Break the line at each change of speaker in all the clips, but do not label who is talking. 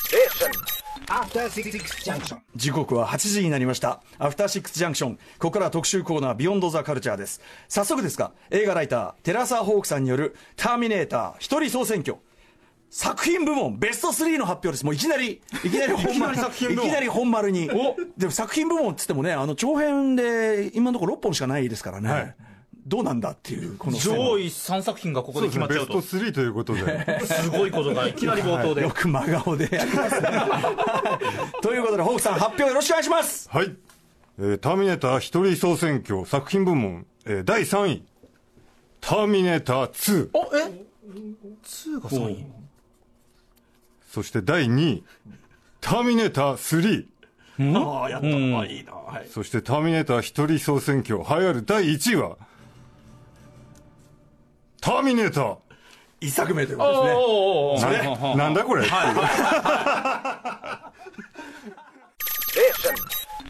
Station.
時刻は8時になりました。アフターシックスジャンクション。ここからは特集コーナー、ビヨンドザカルチャーです。早速ですが、映画ライター、テラサー・ホークさんによる、ターミネーター、一人総選挙。作品部門ベスト3の発表です。もういきなり、いきなり本丸
いきなり作
い
品部門
きなり本丸に。でも作品部門っつってもね、あの長編で今のところ6本しかないですからね。
はい
どうなんだっていう、この
上位3作品がここで決まっち
ベ
ゃう
スト
と。
3ということで
すごいことがいきなり冒頭で
よ。く真顔でやります ね。ということで、ホークさん発表よろしくお願いします
はい、えーターミネーター一人総選挙」作品部門、えー第3位「ターミネーター2
おえ2が3位」
そして第2位「ターミネーター3」
ああ、やった。ああいいな。はい。
そして「ターミネーター一人総選挙」栄えある第1位は「ターミネーター
一作目ということですね。
おーおーおー
あれ
はいはいはい
なんだこれ」
Station.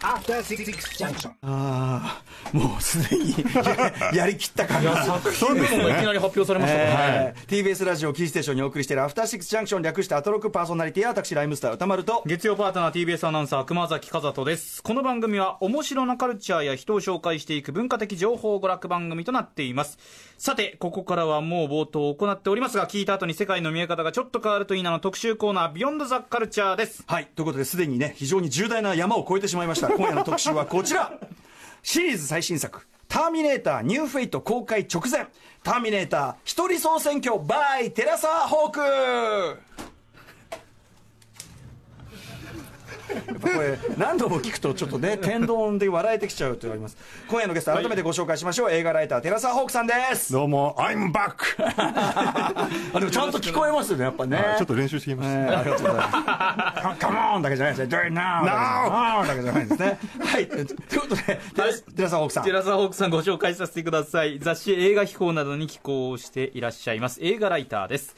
After Six Junction.
ああ、もうすでに やりきった感がする。
作品部門がいきなり発表されましたからね。
えー TBS ラジオキーステーションにお送りしているアフターシックスジャンクション略してアトロクパーソナリティは私ライムスター歌丸と
月曜パートナー TBS アナウンサー熊崎和人ですこの番組は面白なカルチャーや人を紹介していく文化的情報娯楽番組となっていますさてここからはもう冒頭行っておりますが聞いた後に世界の見え方がちょっと変わるといいなの特集コーナー「ビヨンドザカルチャーです
はい、ということで、すでにね、非常に重大な山を越えてしまいました。今夜の特集はこちら。シリーズ最新作、ターミネーターニューフェイト公開直前、ターミネーター一人総選挙 by テラサーホークやっぱこれ何度も聞くとちょっとね天丼で笑えてきちゃうというのがあります今夜のゲスト改めてご紹介しましょう、映画ライターテラサーホークさんです
どうも「I'm back
あでもちゃんと聞こえますよねやっぱ」ね
あちょっと練習してきまし
え
た、
ーありがとうございます。カモンだけじゃないですね。Do it now! だけじゃないですね。はい。ということで、寺寺さん、奥さん。
ラサホークさんご紹介させてください雑誌映画秘宝などに寄稿をしていらっしゃいます映画ライターです、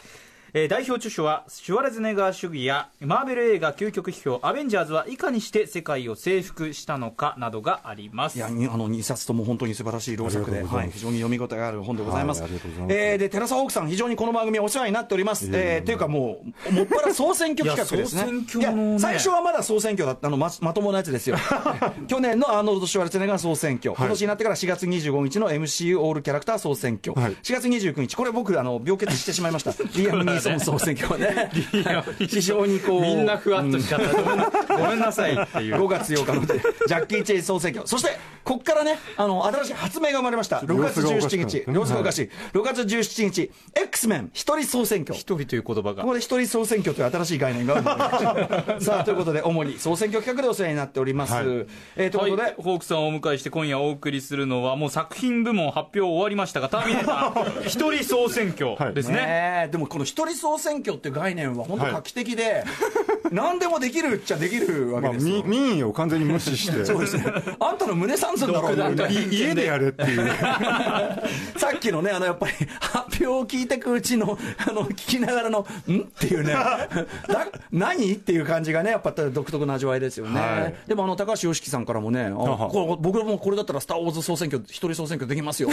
えー代表著書は「シュワレズネガー主義」やマーベル映画究極批評「アベンジャーズ」はいかにして世界を征服したのかなどがあります
いや、にあの、2冊とも本当に素晴らしい朗作で、
ありがとうござ
はい
ます
い、非常に読み応えがある本でございます。
はいありがとうございます
えーで、寺澤奥さん、非常にこの番組お世話になっております。えーというかもう、もっぱら総選挙企画ですね。
いや総選挙のね
いや最初はまだ総選挙だった、あの、ま、まともなやつ ですよ。去年のアーノルド・シュワルツェネッガー総選挙、今年になってから4月25日の MCU オールキャラクター総選挙、
はい
4月29日、これ僕、あの、病欠してしまいました。リアム・ニーソン総選挙は ね。 非常にこう。
みんなふわっとしちゃった、ごめんなさいっ ていう
5月8日のジャッキー・チェイ総選挙、そしてここからね、あの新しい発明が生まれました、6月17日、
様
様
子
子が
がお
お
か
かしい、6月17日、X メン一人総選挙。
一人という言葉が
ここで一人総選挙という新しい概念が生まれましたさあということで主に総選挙企画でお世話になっております、
はい
えーということで、
はい、ホークさんをお迎えして今夜お送りするのはもう作品部門発表終わりましたが「ターミネータ ー一人総選挙」ですね,、
ねえでもこの一人総選挙っていう概念は本当画期的で、 何でもできるっちゃできるわけ
まあ、
です
み
よ、
民意を完全に無視 して
そうですねあんたの胸さんすんだろうみたいない
家でやれって いう
さっきのね、あのやっぱり発表を聞いてくうちの、あの聞きながらの、んっていう ね、だ何っていう感じがね、やっぱ独特な味わいですよね、
はい
でもあの高橋良樹さんからもね、あ
は
こ僕もこれだったら、スター・ウォーズ総選挙、一人総選挙できます よ、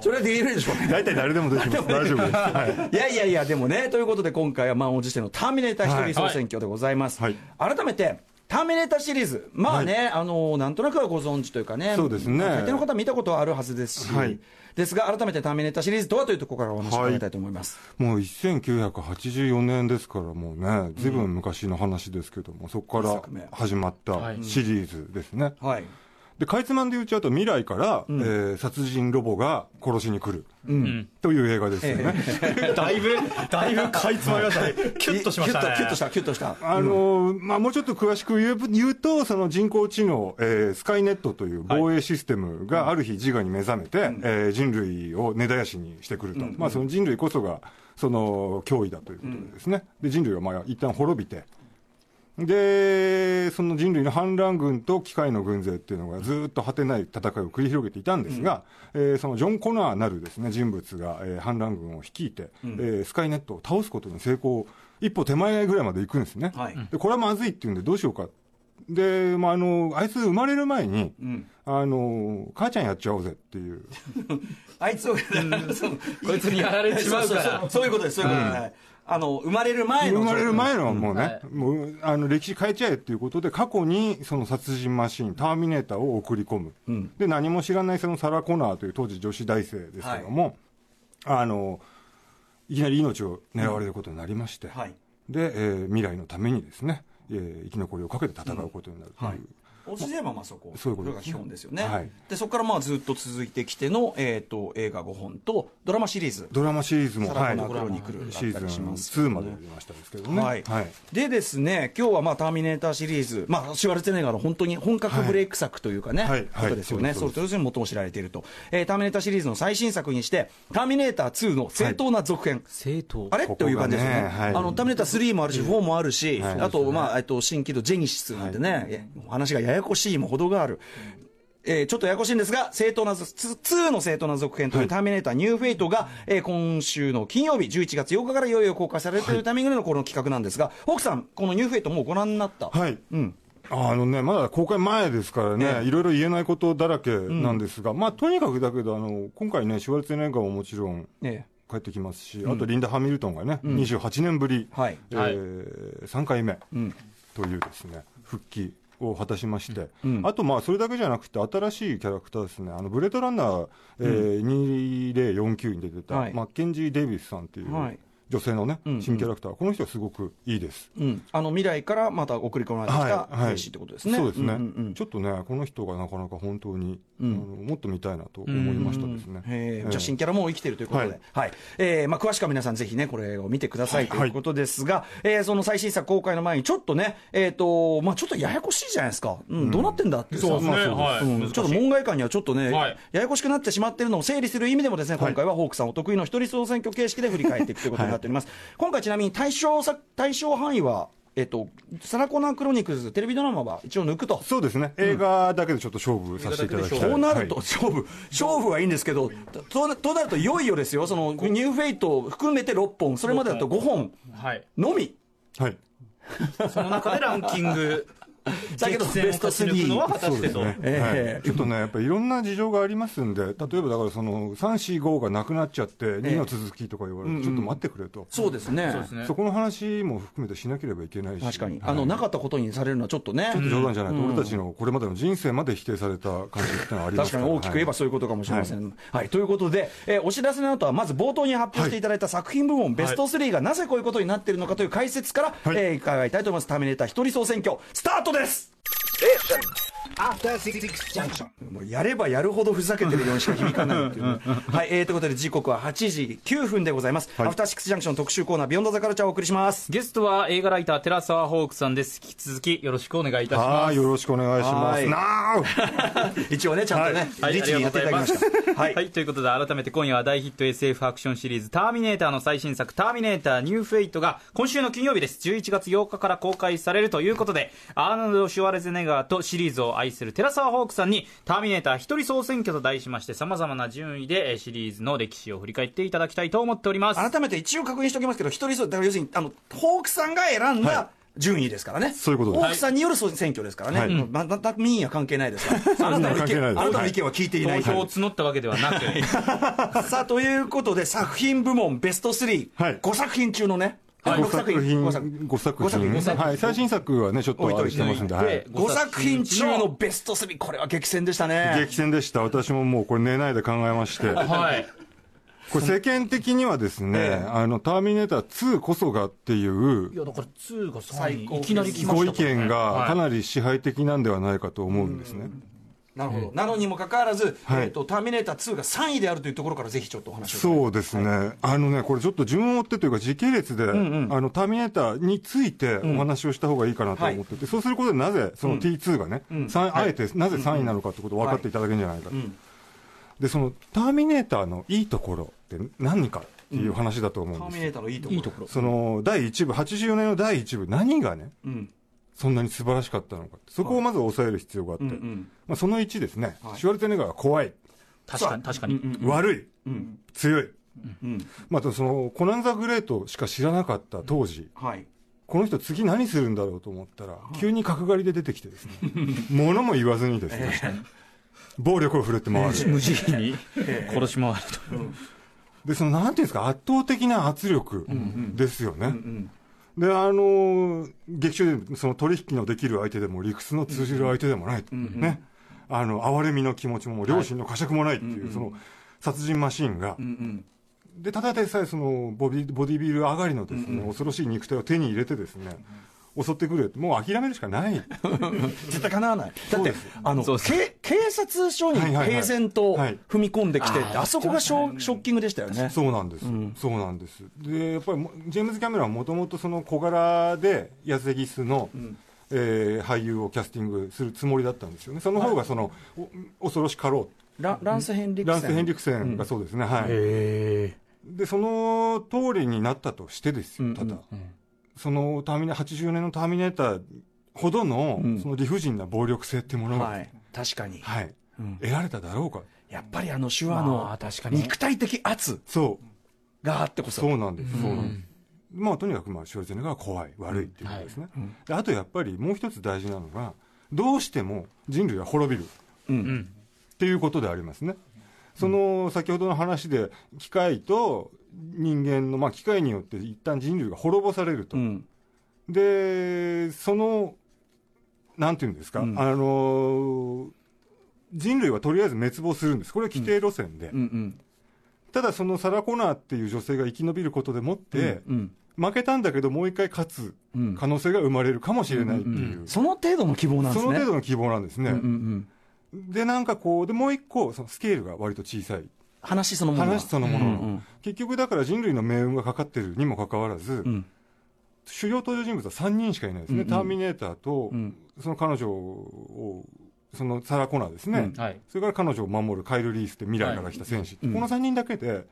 それはできるでしょうね。
大体誰でもできます 大丈夫です、は い
いやいやいや、でもね、ということで、今回は満を持してのターミネーター一人総選挙でございます。
はい
改めてターミネーターシリーズ、まあね、あのなんとなくはご存知というかね、
そうですね
大抵の方は見たことはあるはずですし、
はい
ですが、改めてターミネーターシリーズとはというところからお話を伺いたいと思います。
もう1984年ですからもうねずいぶん昔の話ですけども、そこか
作目
ら始まったシリーズですね、
はい、
でかいつまんで言っちゃうと未来から、えー殺人ロボが殺しに来る、という映画ですよね、
だいぶだいぶかいつまみましたねキュッとしましたね
キュッとした、キュッとした、キュッとした。
あのーまあ、もうちょっと詳しく言う言うと、その人工知能、えースカイネットという防衛システムがある日、自我に目覚めて、えー人類を根絶やしにしてくると、まあ、その人類こそがその脅威だということですね、で人類はまあ一旦滅びて、でその人類の反乱軍と機械の軍勢っていうのがずっと果てない戦いを繰り広げていたんですが、えーそのジョン・コナーなるですね人物が、えー反乱軍を率いて、えースカイネットを倒すことに成功一歩手前ぐらいまで行くんですね、
はい
でこれはまずいっていうんでどうしようかで、まあ、あのあいつ生まれる前に、あの母ちゃんやっちゃおうぜっていう
あいつを、こ
こいつにやられちまうか
そう
ら
そうそうそういうことです、そういうことです。はいあの、生まれる前の。
生まれる前のはもうね、
はい
もうあの歴史変えちゃえっていうことで、過去にその殺人マシーン、ターミネーターを送り込む、で何も知らないそのサラ・コナーという当時、女子大生ですけども、あのいきなり命を狙われることになりまして、
はい。
でえー未来のためにですね、えー生き残りをかけて戦うことになるという、
おちで言えばまあそこ、
そういうこと
が
です
基本ですよね。
はい
で、そこからまあずっと続いてきての、えっ、と、映画5本と、ドラマシリーズ。
ドラマシリーズも、
サラ・コナー
はい
クロニクルだった
シ
り
ーズン
しますけど
2
ね
までやりましたですけどね。
はい
はい
でですね、今日はまあターミネーターシリーズ、まあ、シュワルツェネッガーの本当に本格ブレイク作というかね、
はいはい
ことですよね、
はい
そ
そうう
と要するに最も知られていると、えーターミネーターシリーズの最新作にして、ターミネーター2の正当な続編、
正当
あれ
こことがね
いう感じですよね、
はい
あのターミネーター3もあるし、4もあるし、
い
あと、まあえっと、新機動ジェニシスなんてね、え話がややこしいも程がある。えーちょっとややこしいんですが、正当なぞ、つ2の正当な続編という、ターミネーターニューフェイトが、えー今週の金曜日、11月8日からいよいよ公開されるというタイミングでのこの企画なんですが、ホークさん、このニューフェイトもうご覧になった。
はい、
ん
あのね、まだ公開前ですからね、いろいろ言えないことだらけなんですが、まあ、とにかくだけどあの、今回ね、シュワルツェネッガーももちろん
え
帰ってきますし、あとリンダ・ハミルトンがね、28年ぶり、
はい
え3回目というですね、復帰。を果たしまして、あとまあそれだけじゃなくて新しいキャラクターですねあのブレードランナー、えー2049に出てた、
はい
マッケンジー・デイビスさんっていう
はい
女性のね、新キャラクターこの人はすごくいいです
えうん、あの未来からまた送り込まれてきた兵士ってことですね。
そうですね、
んうんうん
ちょっとね、この人がなかなか本当に、あのもっと見たいなと思いましたですね。
え
え
ー
え
じゃあ新キャラも生きてるということで、は
はいい
えーまあ、詳しくは皆さん、ぜひね、これを見てくださいと
はい
いうことですが、えーその最新作公開の前に、ちょっとね、えーとまあ、ちょっとややこしいじゃないですか、うんどうなってんだってさ
そうですね
まあ
はい
うん
難しい
ちょっと門外観にはちょっとね、
はい
ややこしくなってしまってるのを整理する意味でも、ですね今回はホークさんお得意の一人総選挙形式で振り返っていくということになっております。今回ちなみに対象さ対象範囲はえっと、サラコナークロニクルズ、テレビドラマは一応抜くと、
そうですね、映画だけでちょっと勝負させていただきたい。
そうなると、
はい
勝負、勝負はいいんですけど、とととなると、いよいよですよ、そのニューフェイトを含めて6本、それまでだと5本
はい
のみ、
はい、
その中でランキング
だけど
激戦を
ベスト
勝ち抜くのは果たしてと、
ね
ええ
はいちょっとね、やっぱりいろんな事情がありますんで、例えばだから、その3、4、5がなくなっちゃって、2の続きとか言われて、ちょっと待ってくれと、
そうですね、
そうですね
そこの話も含めてしなければいけないし、
確かに、
はい
あの、なかったことにされるのはちょっとね、
冗談じゃないと、俺たちのこれまでの人生まで否定された感じってのはありま
確
す
か
から
に大きく言えば
はい
そういうことかもしれません。はいということで、えーお知らせの後は、まず冒頭に発表していただいた作品部門、ベスト3がなぜこういうことになっているのかという解説から、えー伺いたいと思います。ターミネーター一人総選挙、スタートです
After Six Junction.
もうやればやるほどふざけてるようにしか響かないっていうね、はい、えー、ということで時刻は8時9分でございます。アフターシックスジャンクション特集コーナー、ビヨンドザカルチャーをお送りします。
ゲストは映画ライター寺澤ホークさんです引き続きよろしくお願いいたし
は
ま
い
す
よろしくお願いしま
は
す。
い
なあ
一応ね、ちゃんとね、
はい、あ
律
り
儀
が
にや
と
って
う
いた
ござい
だ
ま
きました。
す。
は
はいい、ということで改めて今夜は大ヒット SF アクションシリーズ「ターミネーター」の最新作「ターミネーターニューフェイト」が今週の金曜日です11月8日から公開されるということでアーノルド・シュワルツェネッガーとシリーズを愛する寺澤ホークさんに「ターミネーター一人総選挙」と題しましてさまざまな順位でえーシリーズの歴史を振り返っていただきたいと思っております
改めて一応確認しておきますけど、一人総、だから要するに、あの、ホークさんが選んだ順位ですからね。
そういうことです
ホークさんによる総選挙ですからね。
はい
うんま全く民意は関係ないですから。あなたの意
関係な
見、
いです
あなたの意見は聞いていない
投
という
票を募ったわけではなく
さあということで作品部門ベスト3、
はい
5作品中のね、
5
六
作品、
五
5
作
作
品
品、
五作品
はい、最新作はね、ちょっとあれしてますんで、はい、
5作品中のベスト3、これは激戦でしたね
激。戦でした、私ももうこれ、寝ないで考えまして、
はい
これ、世間的にはですね、あのターミネーター2こそがっていう
いやだから2が
最
3
高
位いきなり来ま
ご
した
意見がかなり支配的なんではないかと思うんですね。
なるほど。なのにもかかわらず、
はい
えっと、ターミネーター2が3位であるというところからぜひちょっとお話を。
そうですね、あのね、これちょっと順を追ってというか、時系列で、あのターミネーターについてお話をした方がいいかなと思ってて、そうすることで、なぜその T2 がね、さんあえてなぜ3位なのかってことを分かっていただけるんじゃないかと、でそのターミネーターのいいところって何かっていう話だと思うん
ター
です
ミネ
よ、
ーターのいいところ。
その第1部、84年の第1部、何がね、
ん
そんなに素晴らしかったのかって、そこをまず抑える必要があって、まあ、その1ですね、シュワルツェネッガーが怖い。
確かに確かに、
悪い、強い、またそのコナン・ザ・グレートしか知らなかった当時、
はい。
この人、次何するんだろうと思ったら、急に角刈りで出てきて ですね、物も言わずにですね、暴力を振るって回る、
無慈悲に殺し回ると、
でそのなんていうんですか圧倒的な圧力ですよね。であのー劇中でその取引のできる相手でも理屈の通じる相手でもない、ねあの哀れみの気持ちも両親の呵責もないっていう、その殺人マシーンが、でただでさえそのボディボディビル上がりのです、ね恐ろしい肉体を手に入れてですね襲ってくるよってもう諦めるしかない
絶対かなわない。だって、あの、
そうです
け警察署に
はいはいはい
平然と
はい
踏み込んできてって、あそこがショショッキングでしたよね。
そうなんです、そうなんですでやっぱりもジェームズ・キャメロンはもともとその小柄で痩せぎすの、えー俳優をキャスティングするつもりだったんですよねその方がその、お恐ろしかろ
ラランス・ヘンリ
う
クセン。
ランス・ヘンリクセンがそうですね、はいでその通りになったとしてですよただ、そのターミネ80年のターミネーターほどの,、
うん
その理不尽な暴力性ってものが、は
はいい。確かに。
得られただろうか
やっぱりあの手話の
まあ確かに
肉体的圧
そう
があってこそ。
そうなんです、そうなんです。まあ、とにかく、まあ、シュワルツェネッガーは怖い、悪いっていうことですね。であと、やっぱり、もう一つ大事なのが、どうしても人類は滅びる。っていうことでありますね。その、先ほどの話で、機械と人間の、まあ、機械によって一旦人類が滅ぼされると
う。ん。
で、その、なんていうんですか、あのー人類はとりあえず滅亡するんです。これは規定路線で
うんう。ん。
ただ、そのサラ・コナーっていう女性が生き延びることでもって、
うん。
負けたんだけどもう一回勝つ
うん
可能性が生まれるかもしれないっていう、
その程度の希望なんで
そ
す
の
ね。
程度の希望なんですね、
うんうんうん。
でなんかこうでもう一個そのスケールが割と小さい
話そのものは。
話そのものの、
うんうん
結局だから人類の命運がかかってるにもかかわらず、
ん
主要登場人物は3人しかいないですね、ターミネーターと、
ん
その彼女をそのサラ・コナーですね、
はい
それから彼女を守るカイル・リースって未来から来た戦士、この3人だけで、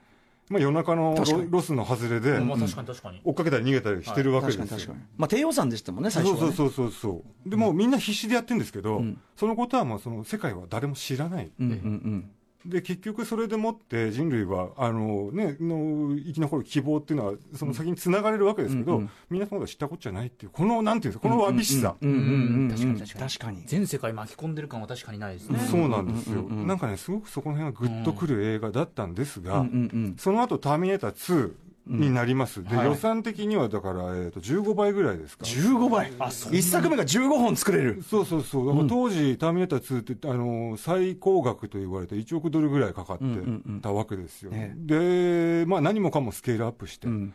まあ、夜中の
確かに
ロスの外れで、
まあ確かに確かに
追っかけたり逃げたりしてるわけで
確
す
か
よ、
に確かに。まあ、低予算でしたもんね、最初はね。
そうそうそうそうそうでもうみんな必死でやってるんですけど、そのことはもうその世界は誰も知らない、
うんうん
で結局それでもって人類はあの、ね、の生き残る希望っていうのはその先につながれるわけですけど、みんなそのことは知ったことじゃないっていうこのなんていうんですかこのわびしさ、
うん。うんうんうん。
確かに確かに
確かに。
全世界巻き込んでる感は確かにないですね
そうなんですよ、なんかねすごくそこの辺がグッとくる映画だったんですが、
うんうん
その後ターミネーター2」になります、で予算的にはだから、えー、と15倍ぐらいですか
15倍。一作目が15本作れる。
そうそうそう、だから当時、ターミネーター2って、あの最高額と言われて、1億ドルぐらいかかってたわけですよ、
ね
で、まあ、何もかもスケールアップして、
ん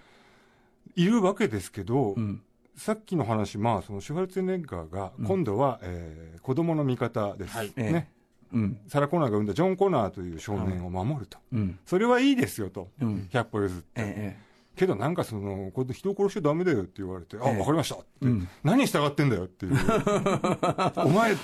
いるわけですけど、
ん
さっきの話、まあ、そのシュワルツェネッガーが、今度は、えー子供の味方です、
はい
え
ね
うん。
サラ・コナーが生んだジョン・コナーという少年を守ると、
うん。
それはいいですよと、
うん
100歩譲って。
え
けどなんかその、これ人を殺しちゃダメだよって言われて、あ、
え
わかりましたって、
ん
何従ってんだよっていう。お前、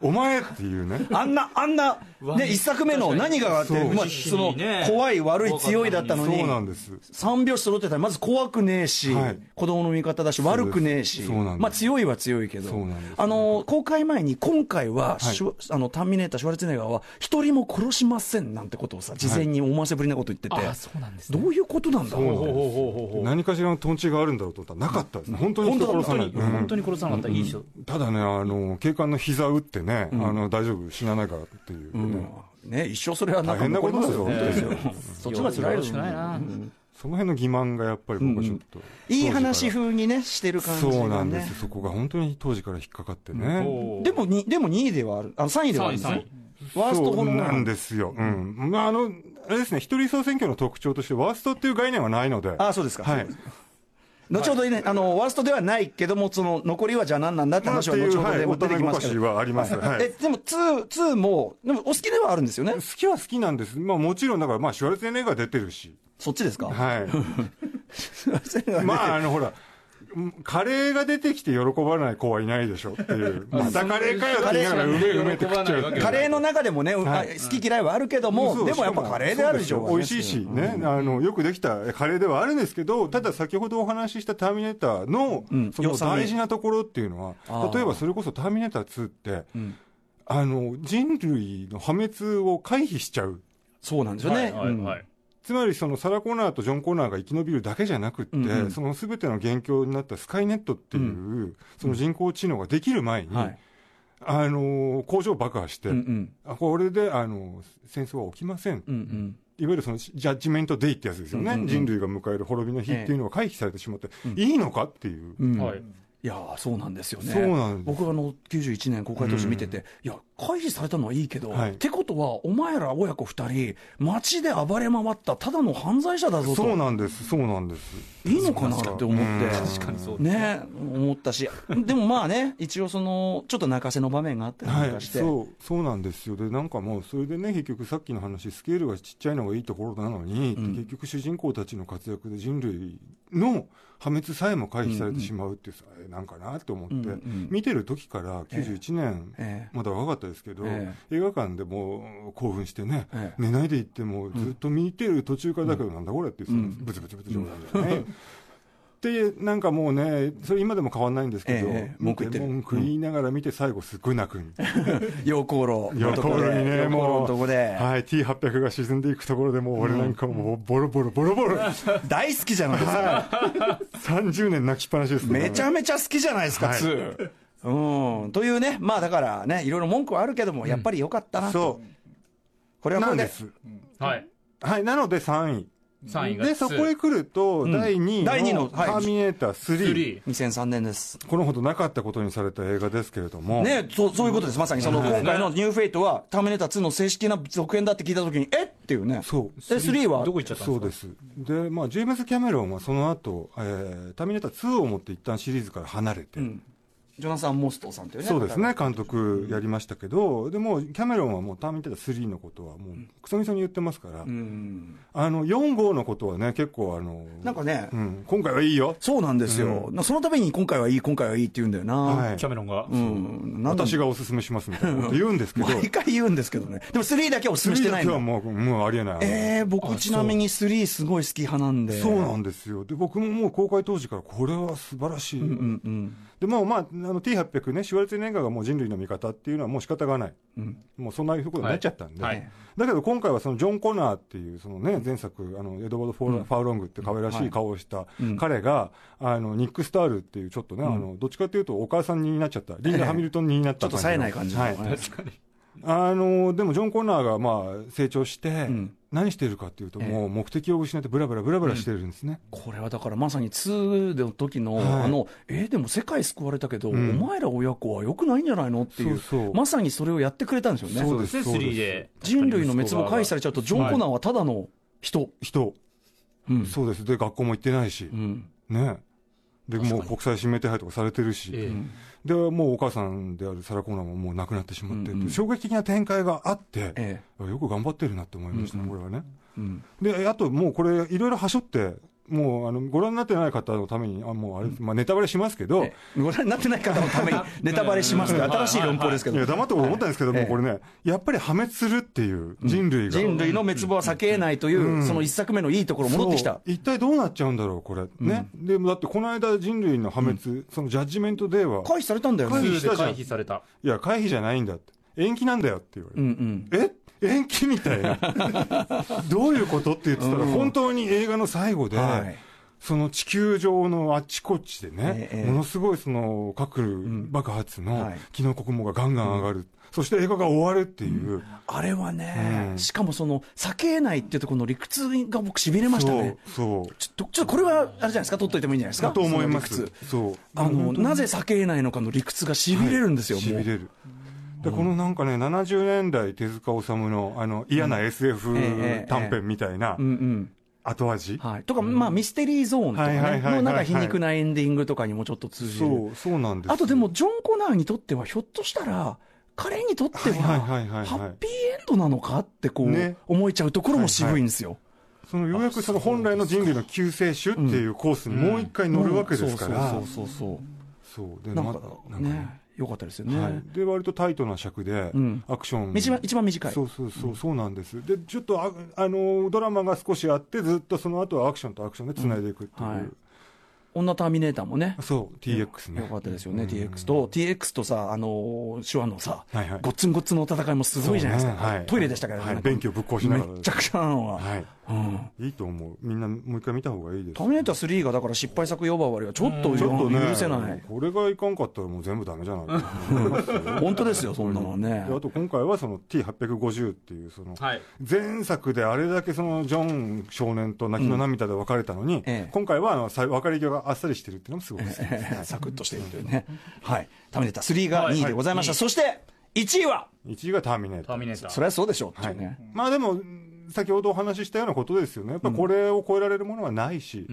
お前っていうね。
え。あんな、あんな、ね、一作目の何があって、
そう
まあ、その、怖い、悪い、強いだったのに
そう、なんです。
三拍子揃ってたら、まず怖くねえし
はい、
子供の味方だし、悪くねえし、
そうなんです
まあ、強いは強いけ
そ
ど
うなんです、
あの、公開前に、今回は、
はい
シュワあの、ターミネーター、シュワルツェネッガーは、一人も殺しませんなんてことをさ、事前に思わせぶりなこと言ってて、
あそうなんですね
どういうことなんだろ
そう
う。
なんです何かしらのトンチがあるんだろうと思ったらなかったですね。本当に人を殺さない。うん
本当に殺さなかったらいい人
ただね、あの、警官の膝打ってね、あの、大丈夫、死なないからっていうね、
ね、一生それはなん
大
か
変な
残
こ
り
と
ま
だ
す
ぞ
よね。
っていう。
そ
っちが辛いです
しくないな
その辺の欺瞞がやっぱり僕はちょっと。
いい話
当時か
風にね、してる
ら
感じがね。
そうなんです。そこが本当に当時から引っかかってね。
でもに、でも2位ではある。あの、3位ではあるんです
三位
ね。ワースト
そ
ホ
う
ームラ
なん
ン。
ですよ。うん。まあ、あの、あれですね、一人総選挙の特徴として、ワーストっていう概念はないので。
あそうですか。
はい。
後ほどね、あの、ワーストではないけども、その、残りはじゃあ何なんだって話は
まあっ
後
ていう
ほどでも出て
はい
きますけど。
お互いごかしはありますはい
え、でも、2、2も、でも、お好きではあるんですよね
好。きは好きなんです。まあ、もちろん、だから、まあ、シュワルツェネッガー出てるし。
そっちですか
はい。
ま
まあ、あの、ほら、うんカレーが出てきて喜ばない子はいないでしょって いう。またカレーかよって言いながら、うめえうめえって食っちゃうっていう。
カレーの中でもね、うあ
はい
好き嫌いはあるけども、
そう
でもやっぱカレーであるでしょうがね
美味しいし、ね、あの、よくできたカレーではあるんですけど、ただ先ほどお話ししたターミネーターの、その
予算に
大事なところっていうのは、例えばそれこそターミネーター2って、あの、人類の破滅を回避しちゃう。
そうなんですよね。うん
はい
つまりそのサラ・コナーとジョン・コナーが生き延びるだけじゃなくって、その全ての元凶になったスカイネットっていう、その人工知能ができる前に、
はい
あの工場爆破して、
うんうん
あこれであの戦争は起きません、
うんうん
いわゆるそのジャッジメントデイってやつですよね、人類が迎える滅びの日っていうのが回避されてしまって、いいのかっていう、
はい
いやーそうなんですよね。
そうなんです
僕はあの91年公開当時見てて、いや、回避されたのはいいけど、
はい
ってことは、お前ら親子2人、街で暴れ回ったただの犯罪者だぞ
そう
と、
なんです、そうなんです。
いいのかなって思って、
確かにそうです
ね、思ったし、でもまあね、一応、そのちょっと泣かせの場面があったり
は
なん
い、
かして、
そうそうなんですよでなんかもうそれでね結局さっきの話スケールがちっちゃいのがいいところなのに、
ん
結局主人公たちの活躍で人類の破滅さえも回避されてしまうっていうさ、えなんかなと思って、
うんうん
見てる時から91年、
ええ
まだ若かったですけど、
え
映画館でもう興奮してね、
ええ
寝ないで行ってもずっと見てる途中からだけどなんだこれって、そのブツブツブツ冗談でね。でなんかもうね、それ今でも変わんないんですけど、
ええええ文句言ってる
文句言いながら見て、最後、すっごい泣くん
陽光炉のとこ
夜
で、
に
陽
ね、
光炉
も
のとこ
う、
で、
はい、T800 が沈んでいくところでもう、俺なんかもう、ボロボロ、ボロボロ、
大好きじゃないですか、
30年泣きっぱなしですね。
めちゃめちゃ好きじゃないですか、
はい
2。うん、というね、まあだからね、いろいろ文句はあるけども、やっぱり良かったなと、
そ
これ
う。
はこ
な
れ
んで。
です
はい
はい、なので3位。
3位が
で、そこへ来ると、第2位
第二の
の、
はい
ターミネーター3。
3
2003年です。
このほどなかったことにされた映画ですけれども。
ね、そうそういうことです、まさにその今回のニューフェイトは、ターミネーター2の正式な続編だって聞いたときに、えっっていうね、
そう。
で3は
どこ行っちゃったん
そう
で
ですす。で、まあ、ジェームズ・キャメロンはその後、えー、ターミネーター2をもって一旦シリーズから離れて、
ジョナサン・モストさんというね、
そうですね、監督やりましたけど、でも、キャメロンはもう、ターミネーター3のことは、もう、クソみそに言ってますから、
うん
あの、4号のことはね、結構、あの、
なんかね、
うん、今回はいいよ、
そうなんですよ、なそのために今回はいい、今回はいいって言うんだよな、
はい
キャメロンが
うん、なんだ
私がおすすめしますみたいなこと言うんですけど、
毎回言うんですけどね、でも3だけはおすすめして
3だ
ない
け
の
はもう、もうありえない。
えー、僕、ちなみに3すごい好き派なんで、
そうなんんですよ。で、僕ももう公開当時から、これは素晴らしい。
うんうん、
で、もうまあ、あの T800 ね、シュワルツェネッガーがもう人類の味方っていうのはもう仕方がない。もうそんなことになっちゃったんで。
はいはい
だけど今回はそのジョン・コナーっていう、そのね、前作、あの、エドワード・フォー,、ファーロングって可愛らしい顔をした彼が、あの、ニック・スタールっていうちょっとね、あの、どっちかというとお母さんになっちゃった。リンダ・ハミルトンになっ
ちょ
た
っと
感じの、
冴えない感じの、
はい
はい
あのでもジョン・コナーがまあ成長して、
ん
何してるかっていうと、もう目的を失ってブラブラブラブラしてるんですね。
これはだからまさに2の時の、
はい
あの、えーでも世界救われたけど、
ん
お前ら親子は良くないんじゃないのっていう
そうそう
まさにそれをやってくれたんですよね。
そう
そう
で
ですすね3で
人類の滅亡を回避され
れ
ちゃうと、ジョン・コナーはただの人。
人、
うん
そうです。で、学校も行ってないし、
うん
ね。で、もう国際指名手配とかされてるし、
え
で、もうお母さんであるサラ・コーナーももう亡くなってしまって、
うんうん
衝撃的な展開があって、
え
よく頑張ってるなって思いました、これはね。
えうん
で、あともうこれ、いろいろ端折って、もうあのご覧になってない方のために、あもうあれ、まあ、ネタバレしますけど、
ええご覧になってない方の ためにネタバレしますが、新しい論法ですけ
いや、
ど、
黙って思ったんですけど、
え
も
え
うこれね、やっぱり破滅するっていう、人類が。
人類の滅亡は避けないという、その一作目のいいところ、戻ってきた。
そう一体どうなっちゃうんだろう、これ。ね。でもだって、この間人類の破滅、そのジャッジメントデーは、
回避されたんだよね。
回避
2
し
で
たじゃん
回避された
いや、回避じゃないんだって。延期なんだよって言われ
うん
て。
うん。
え延期みたい な。どういうことって言ってたら、本当に映画の最後で、
はい
その地球上のあっちこっちでね、
ええ
ものすごいその核爆発の
はい
キノコ雲がガンガン上がる、そして映画が終わるっていう、
あれはね、
うん
しかもその、避けないっていうところの理屈が僕、しびれましたね。
そう、そう。
ちょっと、ちょっとこれは、あれじゃないですか、取っといてもいいんじゃないですか。
だと思い
その
ます
理屈。
そう。
あの、なぜ避けないのかの理屈がしびれるんですよ、
し
もう
び。れる。で、このなんかね、70年代手塚治虫の、あの、嫌な SF
ええ
短編みたいな
うんうん。
後味。
はい。とか、まあ、ミステリーゾーンとか
はいはいはい
ね、
はいは
の
い
なんか皮肉なエンディングとかにもちょっと通じ
そ
る。
う、そうなんですよ。
あとでも、ジョン・コナーにとっては、ひょっとしたら、彼にとって
はいはいはいはいは
は、
い
ハッピーエンドなのかってこう
ね、
思えちゃうところも渋いんですよ。
そのようやくその本来の人類の救世主っていうコースにもう一回乗るわけですから
そう。そうそうそう
そう。で、
な
ま
ん
なん
か
かね。
ね、良かったですよ
は
ね。
い。で、割とタイトな尺で
ん、
アクション。
一番一番短い
そうそうそう、そうなんです。で、ちょっとあ、あの、ドラマが少しあって、ずっとその後はアクションとアクションで繋いでいくってい。
はいう女ターミネーターもね、
そう、TX ね
よ。かったですよね、TX と、TX とさ、あのー手話のさ、
はいはい
ごっつんごっつんの戦いもすごいじゃないですか、
そうねはい
トイレでしたからね、
はい
なんか
勉強ぶっ壊しながら
めっちゃくちゃなのは、
はい。いいと思う。みんなもう一回見た方がいいです。
ターミネーター3がだから失敗作呼ばわりはちょっと
ちょっとね、
許せない。
これがいかんかったらもう全部ダメじゃないかと思いますよ
本当 ですよ、そんなのね
で。あと今回はその T850 っていうその
はい
前作であれだけそのジョン少年と泣きの涙で別れたのに、
ええ
今回はあのさ別れ際があっさりしてるっていうのもすごく好きです。
サクッとしてるというね。はい。ターミネーター3が2位でございました。そして、1位は、
1位がターミネー
タ
タ
ー
ー。
ミネータ
そ
ー
れはそうでしょうって
はい
いうね。
まあでも先ほどお話ししたようなことですよね、やっぱこれを超えられるものはないし、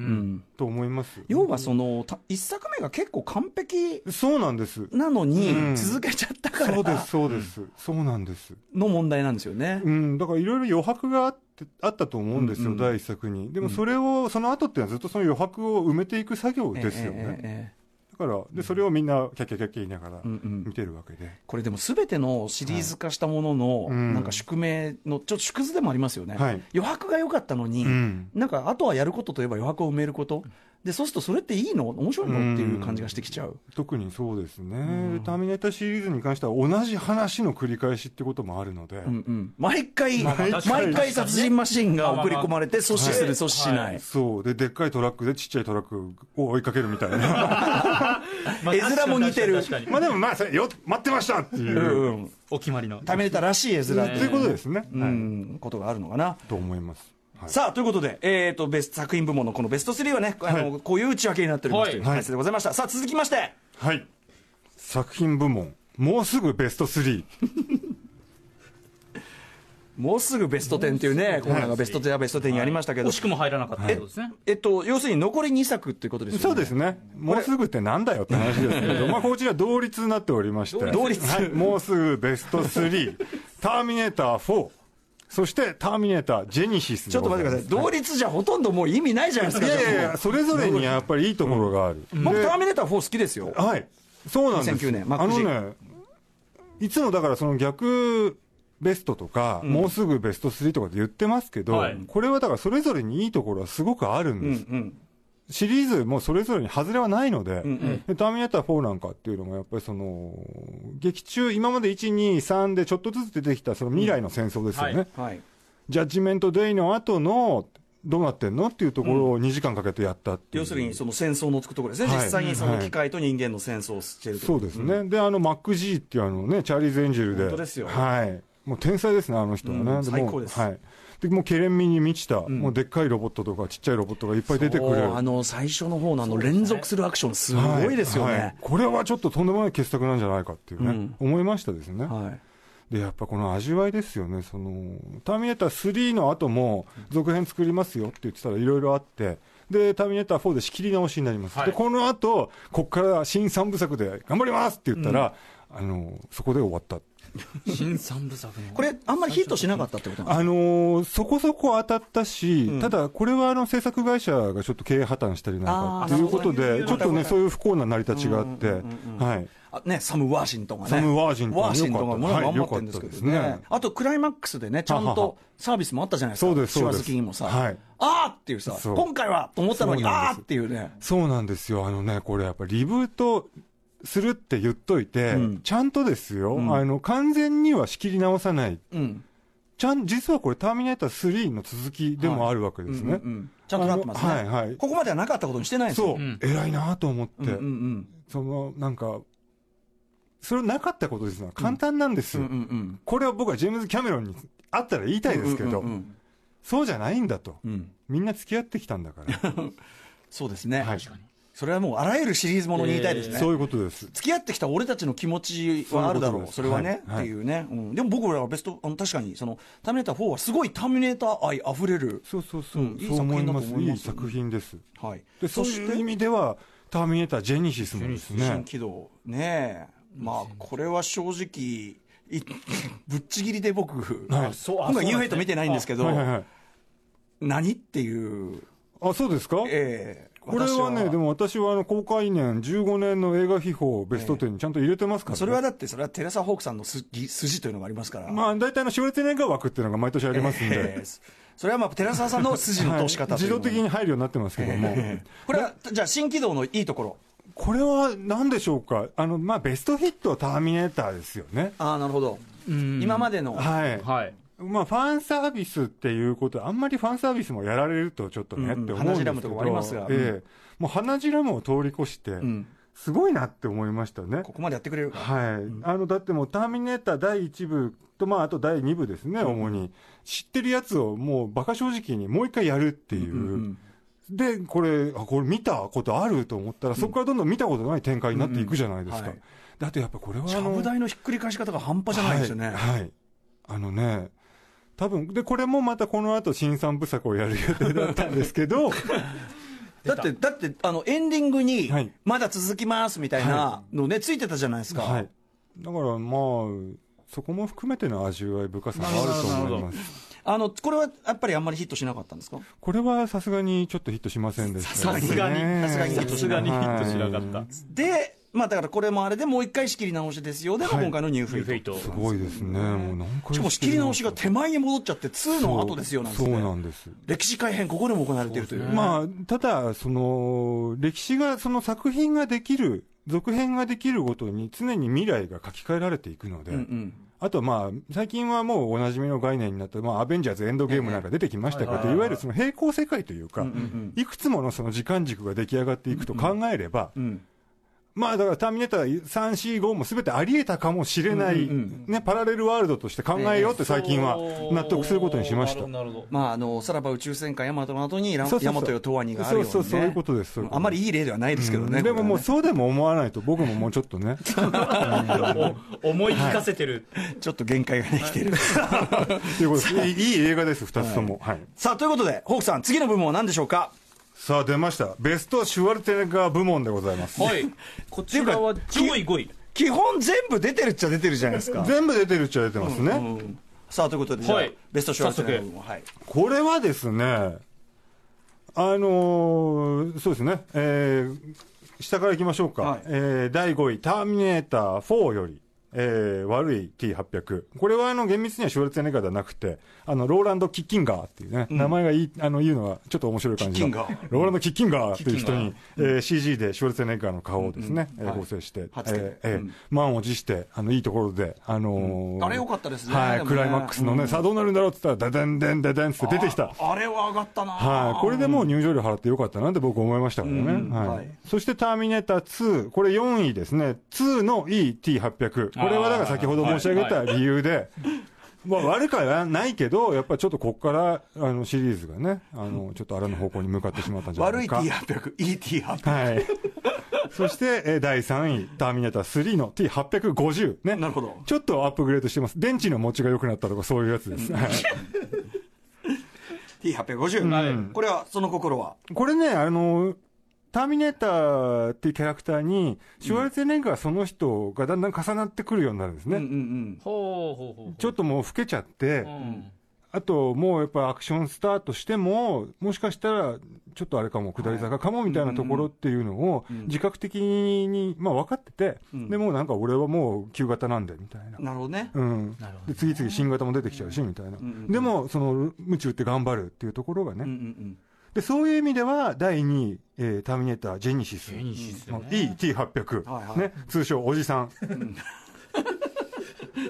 と思います。
要はその、た一作目が結構完璧
そうなんです、
なの
う
に、
ん
続けちゃったから
そうです、そうです、そうなんです。
の問題なんですよね
う。ん、だからいろいろ余白があってあったと思うんですよ、第一作に。でもそれを、その後っていうのはずっとその余白を埋めていく作業です
ええ
よね。
ええええ
だからで、それをみんなキャッキャキャッキャ言いながら
んうん
見てるわけで。
これでも全てのシリーズ化したものの、
はいうん
なんか宿命のちょっと縮図でもありますよね、
はい
余白が良かったのに、
うん
なんかあとはやることといえば余白を埋めることでそうするとそれっていいの面白いのっていう感じがしてきちゃう、
特にそうですね、ターミネーターシリーズに関しては同じ話の繰り返しってこともあるので、
うんうん毎回、
まあまあ確かに
毎回殺人マシンが送り込まれて阻止する、
はい
阻止しない、
そうででっかいトラックでちっちゃいトラックを追いかけるみたいな
まあ
絵面も似てる
確かに確かに
まあでもまあそれよ待ってましたっていう、
うんうん、
お決まりの
ターミネーターらしい絵面
ということですね、
う
はい
ん、ことがあるのかな。
と思います、はい
さあということで、えー、とベスト作品部門のこのベスト3はね、あのこういう内訳になっておりますという
はい
解説でございました、さあ続きまして
はい作品部門もうすぐベスト3
もうすぐベスト10というね、コーナーがベスト10やベスト10やりましたけど、
惜しくも入らなかったってことですね
えっと、要するに残り2作ということですよね。
そうですね、もうすぐってなんだよって話ですけど、まあこちら、同率になっておりまして、
同率
はいもうすぐベスト3、タ ーミネーター4、そしてターミネータージェニシス
ちょっと待ってください、同率じゃほとんどもう意味ないじゃないですか、
いやいやい
じゃあ
や、それぞれにやっぱりいいところがある、
もう僕、
で
ターミネーター4好きですよ。
はい、そうなんです、
2009年マッ
あ
ク
の
ジ
ね、いつもだから、その逆ベストとか、もうすぐベスト3とかって言ってますけど、
はい
これはだから、それぞれにいいところはすごくあるんです。
うん
シリーズもそれぞれに外れはないので、
ん
でターミネーター4なんかっていうのもやっぱりその、劇中、今まで1、2、3でちょっとずつ出てきたその未来の戦争です
うんはい
よね。
うん、はい。
ジャッジメントデイの後の、どうなってんのっていうところを2時間かけてやったっていう。
要するに、その戦争のつくところですね、
はい
実際にそ
は
の
い
機械と人間の戦争をしてるとこ
そ
ろ
うですね。で、あの、マック・ジーっていうあのね、チャーリーズ・エンジェルで。
本当ですよ
はい。もう天才ですね、あの人は
う
ね。
ん
も
最高です
はい。で、もう、ケレン味に満ちた、もうでっかいロボットとか、ちっちゃいロボットがいっぱい出てくる
そう。あの最初の方のあの連続するアクション、すごいですよ
はは
ね。
これはちょっととんでもない傑作なんじゃないかっていうね、思いましたですね、
はい
でやっぱこの味わいですよねその「ターミネーター3」の後も続編作りますよって言ってたらいろいろあってで「ターミネーター4」で仕切り直しになります、
はい
でこの後こっから新三部作で頑張りますって言ったら、あのそこで終わった
新三部作の
これ、あんまりヒットしなかったってことなんで
あのーそこそこ当たったし、ただ、これはあの制作会社がちょっと経営破綻したりなん
あー
かということ
そうい
で、
う
ちょっとね、そういう不幸な成り立ちがあって、はい、
すか、あね、サム・ワーシントンがね、
サムワーシントン
ワーシントンがもの
はい
頑張ってるんですけどね,、
良かったですね
あとクライマックスでね、ちゃん
ははは
とサービスもあったじゃないですか、
そうです
手
そうで
話
す
好きにもさ、
はい
あーっていうさ、
そう
今回はと思ったのに、
そうなん
あ
です
ーっていうね、
そうなんですよ。あのね、これやっぱリブートするって言っといて、
ん
ちゃんとですよ、あの、完全には仕切り直さない。
うん、
ちゃん、実はこれターミネーター3の続きでもあるわけです
うんう
ね。
ん、ちゃんとなってますね、
あのはいはい
ここまではなかったことにしてないんですよ
そう、偉いなと思って、
うんうん
その、なんか、それなかったことですのは簡単なんです
うん
よ。
うんうん
これは僕はジェームズ・キャメロンにあったら言いたいですけど、
うんうんうん
そうじゃないんだと。
うん
みんな付き合ってきた んだから。
そうですね、
はい。
それはもうあらゆるシリーズものに言いたいですね。
そういうことです。
付き合ってきた俺たちの気持ちはあるだろう、そ
そう
れ
いうこ
は
とです
ね、
はい
っていうね、うん、でも僕らはベスト、あの確かにその、ターミネーター4はすごいターミネーター愛あふれる、
そうそうそう。
うんいい
そう思い
作品だ
ます。
と思い
い
ま
い
す
作品です。
はい、
でそういう意味では、ターミネーター、ジェニシスもです
新
ね、
起動、ねえ、まあ、これは正直、い ぶっちぎりで僕、
はい
そう
今回、ニューヘイト見てないんですけど、
はいはいはい、
何っていう、
あそうですか、
ええ
これはね、
私
でも私はあの公開年15年の映画秘宝ベスト10にちゃんと入れてますから、ね
それはだって、それはテレサ・ホークさんの筋筋というのがありますから、
まあ、大体の4月年間枠っていうのが毎年ありますんで、
ええそれはまあ、テレサさんの筋の
はい
通し方とい
自
うも
動
の
的に入るようになってますけども、
これは、じゃあ、新起動のいいところ。
これは何でしょうか、あのまあ、ベストヒットはターミネーターですよね。
ああなるほど今までの
はい
はい
まあ、ファンサービスっていうこと、あんまりファンサービスもやられるとちょっとね、
うんうん
って思うんです
鼻
けど、
白むとこありますが
ええもう花じらむを通り越して、
ん
すごいなって思いましたね。
ここまでやってくれるか
はい、あのだってもう、ターミネーター第1部と、まあ、あと第2部ですね、主に、知ってるやつをもう、馬鹿正直にもう一回やるっていう、で、これ、あこれ見たことあると思ったら、そこからどんどん見たことない展開になっていくじゃないです
う
か。
んうんはい
であとやっぱこれはあ
ちゃ
の
ぶ台のひっくり返し方が半端じゃないですよね、
はい。はいあのね、多分で、これもまたこの後、新三部作をやる予定だったんです けど、
だってだってあのエンディングに
はい
まだ続きますみたいなのね、ついてたじゃないですか、
はい。だからまあ、そこも含めての味わい深さがあると思います。
あのこれはやっぱりあんまりヒットしなかったんですか
これはさすがにちょっとヒットしませんでしたね。
さすがに
ね
さすがに
さすがにヒットしなかった、
はい
でまあだからこれもあれでもう一回仕切り直しですよでも
はい
今回のニューフ
ニ
ェ
ュ
イ
ー
ト、
フェイト
すごいですね。もう何回
しかも仕切り直しが手前に戻っちゃって2の後ですよなんですね
そうなんです。
歴史改変ここでも行われているという
まあ、ただ、その、歴史が、その作品ができる、続編ができるごとに常に未来が書き換えられていくので、
うんうん
あとまあ、最近はもうおなじみの概念になった、まあ、アベンジャーズエンドゲームなんか出てきましたけど、いわゆるその平行世界というか、いくつものその時間軸が出来上がっていくと考えれば、
ん
まあだからターミネーター3、4、5も全てあり得たかもしれない、ね、パラレルワールドとして考えようって最近は納得することにしました。
なるほど
まああのさらば宇宙戦艦ヤマトの後にラ
そうそうそう
ヤマトよ東和にがあるように、ね、
そうそうそういうことですそういうことです
あまりいい例ではないですけどね、
うんでももうそうでも思わないと僕ももうちょっと ね
お思い聞かせてる、
ちょっと限界ができてい る、
ということですいいいい映画です2つとも、はい
さあということでホークさん次の部門は何でしょうか
さあ出ましたベストシュワルツェネッガー部門でございます、
はいこちらは上位5位
基本全部出てるっちゃ出てるじゃないですか
全部出てるっちゃ出てますね、
さあということでじゃあ、
はい
ベストショーツェネッガー部門はい
これはですねあのーそうですねえー下からいきましょうか、
はい
えー第5位「ターミネーター4」より、えー悪い T800 これはあの厳密にはシュワルツェネッガーではなくてあのローランド・キッキンガーっていうね、名前がいいあの言うのはちょっと面白い感じの
キッキンガー
ローランド・キッキンガーっていう人に、えー CG でシュワルツェネッガーの顔をですね、えー
はい
合成して、
貼っつけて
えーえー満を持してあのいいところで、あのー
うんあれ良かったですね
は
で
い
もね
クライマックスのね、さあどうなるんだろうって言ったらダダンダンダダンって出てきた
ああれは上がったな
はい、これでもう入場料払ってよかったなって僕思いましたからね。
うん
はい
はい
そしてターミネーター2、これ4位ですね。2の ET800。これはだから先ほど申し上げた理由で、まあ悪くはないけど、やっぱりちょっとここからあのシリーズがね、あの、ちょっとあらぬ方向に向かってしまったんじゃな
悪
い
い
か。
T800 ET800
はい。 そして、えー第3位、ターミネーター3の T850 ね。
なるほど
ちょっとアップグレードしてます。電池の持ちが良くなったとかそういうやつです。はい
T850、これはその心は
これね、あの、ターミネーターっていうキャラクターに、シュワルツェネッガーその人がだんだん重なってくるようになるんですね。
うんうん
ほうほうほうほう
ちょっともう老けちゃって、
うん
あともうやっぱアクションスタートしても、もしかしたらちょっとあれかも、下り坂かもみたいなところっていうのを自覚的に、まあ分かってて、でもうなんか俺はもう旧型なんでみたいな
うん。なるほどね
うん、で次々新型も出てきちゃうしみたいな、でもその夢中って頑張るっていうところがね、
うんうん
でそういう意味では第2位、えーターミネータージェニシス
ニシスね
の ET800、
はいはい
ね、通称おじさん
うん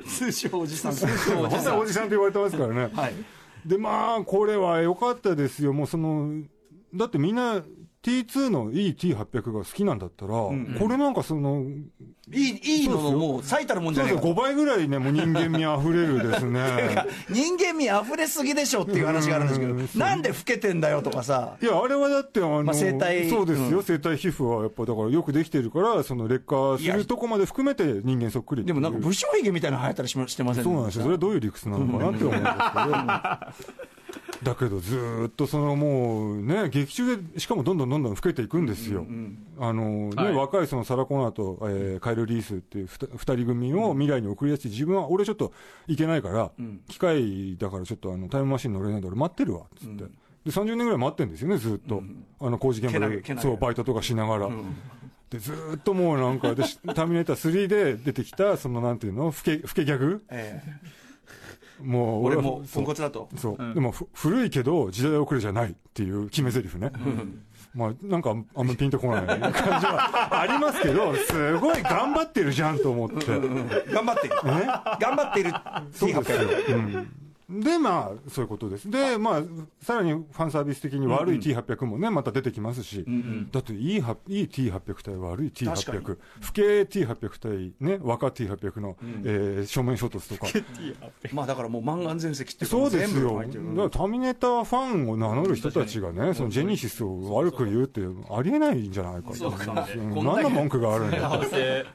通称おじさん
本当はおじさんって言われてますから ね、
はい
でまあこれは良かったですよもうそのだってみんな T2 の ET800 が好きなんだったら、これなんかその
いいいいののもう最たるもんじ
そ
ゃ
う
ない
そう
かと
5倍ぐらいねもう人間味あふれるです ね
人間味あふれすぎでしょっていう話があるんですけど、なんで老けてんだよとかさ
いや、あれはだって、あの、
まあ生体
そうですよ、
うん
生体皮膚は、やっぱだからよくできてるから、その劣化するとこまで含めて人間そっくりって
で
いう
もなんか武将髭みたいなの流行ったりしましてません
そうなんですよ、それはどういう理屈なのかなって思うん ですけど、だけどずーっとそのもうね、劇中でしかもどんどんどんどん老けていくんですよ、あのね
はい
若いそのサラ・コナーと、えーカイル・リースっていうふた二人組を未来に送り出して、自分は俺ちょっといけないから、機械だからちょっとあのタイムマシン乗れないで、俺待ってるわっつって。で30年ぐらい待ってるんですよね、ずーっと、あの工事現場
けなげけ
で
なげ
そうバイトとかしながら、でずーっともうなんかで、しターミネーター3で出てきた、そのなんていうの、老け老けギャグ、
ええ
もう
俺
は
も
そ
ポン
う
コツだと
そう、でもふ古いけど時代遅れじゃないっていう決め台詞ね、まあなんかあんあんまりピンとこない感じはありますけどすごい頑張ってるじゃんと思って、ね、
頑張ってる頑張ってる
そうですよ、うんで、まあ、そういうことです。で、まあ、さらにファンサービス的に悪い T800 もね、また出てきますし、だっていいは、いい T800 対悪い
確か
T800、不景 T800 対ね、若 T800 の、えー正面衝突とか。
まあだからもう満願全席っていうか
そうです
全部
よ。
入
だ
ってる
からターミネーターファンを名乗る人たちがね、そのジェニシスを悪く言うってありえないんじゃないかと思いますよ。
こ
何
んだけ
の文句があるんだねえ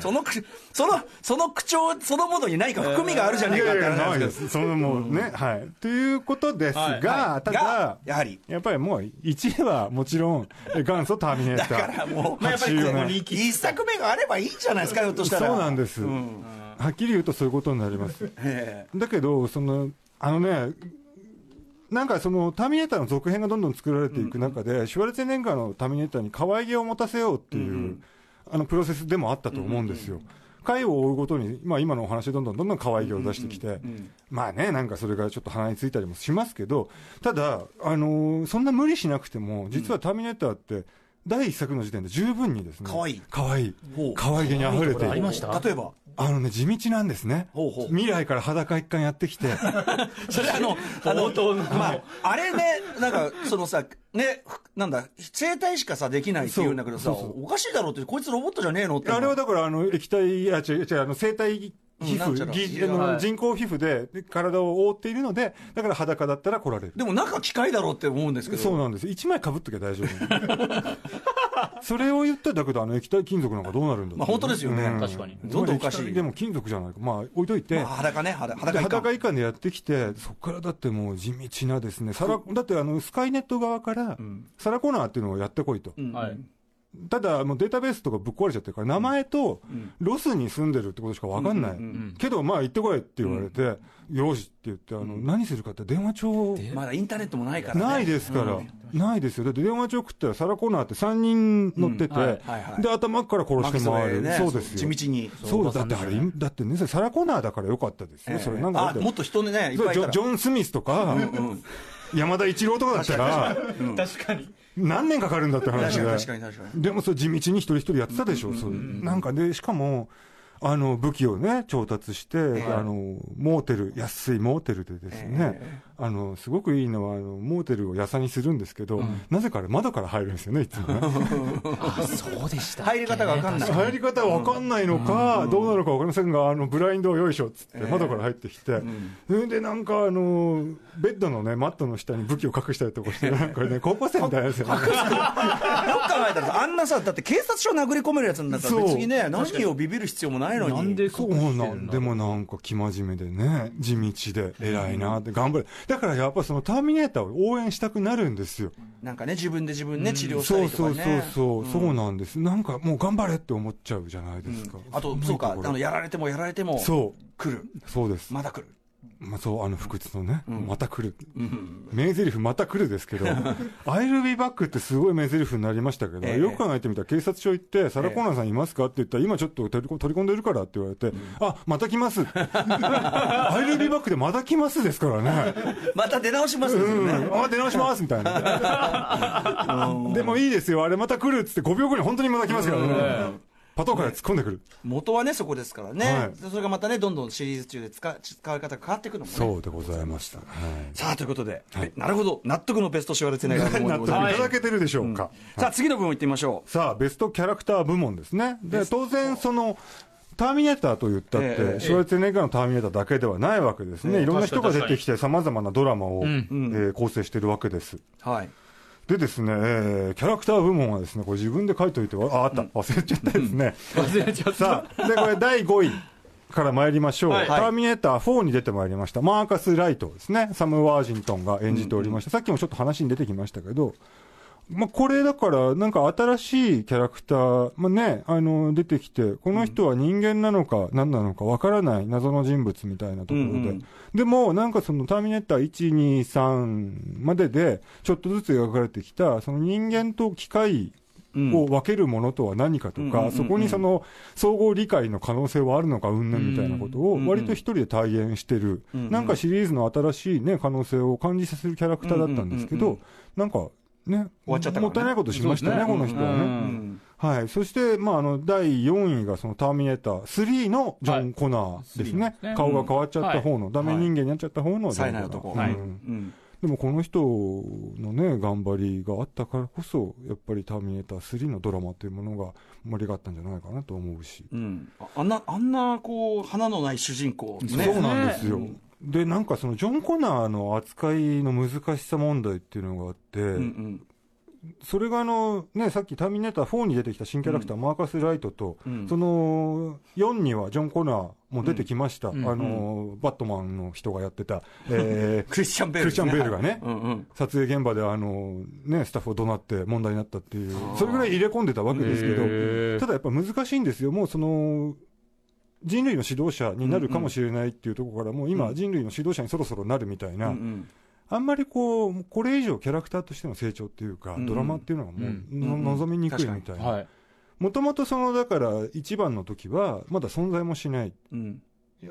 その口、その、その口調そのものに何か含みがあるじゃ
い
ねえか
や
っ
い
て
や、
話
ない
で
ですす。そのもうね、はい。ということですが、
が
ただ、、
やはり。
やっぱりもう1位はもちろんえ元祖ターミネーター。
だからもう、
まあやっぱりこう
84年一作目があればいいんじゃないですか、ひょっとしたら。
そうなん
で
です、はっきり言うとそういうことになります。
え
だけど、その、あのね、なんかそのターミネーターの続編がどんどん作られていく中で、シュワルツェネンガーのターミネーターに可愛げを持たせようっていう、あのプロセスでもあったと思うんですよ。回を追うごとに、まあ、今のお話でどんどんどんどん可愛げを出してきて、まあね、なんかそれがちょっと鼻についたりもしますけど、ただ、あのーそんな無理しなくても、実はターミネーターって、第一作の時点で十分にですね、
可愛い
可愛い
ほう、
可愛げに溢れている。
え例えば、
あのね、地道なんですね。
ほうほう
未来から裸一貫やってきて、
それあの、あの、まあ、あれね、なんか、そのさ、ね、ふなんだ、生体しかさ、できないっていうんだけどさ、おかしいだろうって、こいつロボットじゃねえのって。
あれはだから、あの、液体、あ、違う違う、あの、生体皮
うんなんちゃ
膚、
ら
ぎあの人工皮膚でで体を覆っているので、だから裸だったら来られる。
でも中機械だろうって思うんですけど。
そうなんです。一枚被っときゃ大丈夫。 それを言っただけど、あの液体金属なんかどうなるんだ
まあ本当ですよね
うん
確かに
どんどんおかしい
まあ液体でも金属じゃないか。まあ、置いといて。
まあ裸ね、裸
で
裸一貫
裸以下でやってきて、そこからだってもう地道なですね、サラだってあのスカイネット側から、サラコナーっていうのをやってこいと、
うん
はい
ただ、もうデータベースとかぶっ壊れちゃってるから、名前とロスに住んでるってことしか分かんない、けど、まあ、行ってこいって言われて、よしって言って、あの何するかって、電話帳、
まだインターネットもないからね。
ないですから、ないですよ、だって電話帳食ったら、サラコナーって3人乗ってて、
はいはい
で頭から殺
マ
し
キ
て
ソ
回
へ
る、
ね、
そうですよ。
地道に。
そうだってあれ、だってね、サラコナーだからよかったですね、それなんかだ
あ
って、
もっと人ね、いっ
そう
ぱいい
ジ
た
ョ
ら
ジ。ョン・スミスとか、山田一郎とかだったら、
確かに
何年かかるんだって話
確かに
で
確かに確かに。
でもそれ地道に一人一人やってたでしょ、そうなんかで、しかも、あの武器をね、調達して、あのモーテル、安いモーテルでですね、あのすごくいいのはあの、モーテルをやさにするんですけど、なぜかあれ、窓から入るんですよね、いつも ね。
あそうでした
入り方がわかんない。
入り方わかんないのか、どうなのかわかりませんが、あのブラインドをよいしょっつって、窓から入ってきて、それでなんか、あのベッドのね、マットの下に武器を隠したりとかして、なんかね、高校生みたいなんですよね。
よく考えたらさ、あんなさ、だって警察署殴り込めるやつになったら
そう
別にね、何をビビる必要もないのに。
なんで隠し
そ
て
うん
だろう
なんでもなんか生真面目でね、地道で偉いなって頑張る。だからやっぱそのターミネーターを応援したくなるんですよ。
なんかね、自分で自分ね、治療した
そう
りとか
そう
ね。
そうそう、そうなんです。なんかもう頑張れって思っちゃうじゃないですか。
あと、そうか、あ
んなところ
の、やられてもやられても、
そう。
来る。
そうです。
まだ来る。
まあ、そう、あの不屈のね、また来る。名台詞また来るですけ ど、I'll be back ってすごい名台詞になりましたけど、
ええ
よく考えてみたら警察署行って、サラコーナーさんいますかって言ったら、今ちょっと取りこ取り込んでるからって言われて、あ、また来ます。I'll be back でまた来ますですからね。
また出直しますですよ
う
ね。
ん、あ、出直しますみたい な。でもいいですよ、あれまた来るっつって5秒後に本当にまた来ますからね。パトカーが突っ込んでくる。
元はね、そこですからね。
はい
それがまたね、どんどんシリーズ中で使使い方が変わっていくのもね。
そうでございました。は
さあ、ということで、なるほど、納得のベストシュワルツェネッガーの
い。
思いで
納得
ご
い
ざいます
ただけてるでしょうか。
さあ、次の部門行ってみましょう。
さあ、ベストキャラクター部門ですね。で、当然、その、ターミネーターと言ったって、
ええ
シュワルツェネッガーのターミネーターだけではないわけですね。いろんな人が出てきて、様々なドラマを、えー構成してるわけです。
はい。
でですね、えーキャラクター部門はですね、これ自分で書いといては、あ、あった、忘れちゃったですね。
忘れちゃった
さあ、で、これ第5位。から参りましょう、ターミネーター4に出てまいりました、マーカス・ライトですね、サム・ワージントンが演じておりました、さっきもちょっと話に出てきましたけど、まあ、これだから、なんか新しいキャラクター、まあね、あの出てきて、この人は人間なのか、何なのかわからない謎の人物みたいなところで、
うんうん
でも、なんかそのターミネーター1、2、3までで、ちょっとずつ描かれてきた、その人間と機械を分けるものとは何かと
うんうんうんう
か、
ん
そこにその総合理解の可能性はあるのか、うんぬんみたいなことを、割と一人で体現してる、なんかシリーズの新しいね、可能性を感じさせるキャラクターだったんですけ
うんうん
ど、なんか、ね、
終わっちゃったからね
もったいないことしましたね、この人はね。
うん
はい。そして、まあ、あの、第4位がそのターミネーター3のジョン・コナーですね。
はいですね
顔が変わっちゃった方の、ダメ人間になっちゃった方のジョン
冴えない男
コナーうん
うん
でもこの人のね、頑張りがあったからこそ、やっぱりターミネーター3のドラマというものが盛り上がったんじゃないかなと思うし。
うん、ああんなあんなこう花のない主人公、ね、
そうなんですよ。で、なんかそのジョン・コナーの扱いの難しさ問題っていうのがあって、
うんうん
それがあの、ね、さっきターミネーター4に出てきた新キャラクター、マーカス・ライトと、
うん
その4にはジョン・コナーも出てきました。あの、バットマンの人がやっ てた、えー
クリスチャン・ベール
クリス
で
チ
す
ャン・
ね、
ベールがね、
うんうん
撮影現場であの、ね、スタッフを怒鳴って問題になったっていう、それぐらい入れ込んでたわけですけ
へー
ど、ただやっぱ難しいんですよ、もうその、人類の指導者になるかもしれないっていうところから、もう今、人類の指導者にそろそろなるみたい
うんう
な、
ん
あんまりこう、これ以上キャラクターとしての成長っていうか
う、ん
ドラマっていうのはもう、
う
の望みにくいみたいな。
い。
もともとその、だから、一番の時は、まだ存在もしない。
うん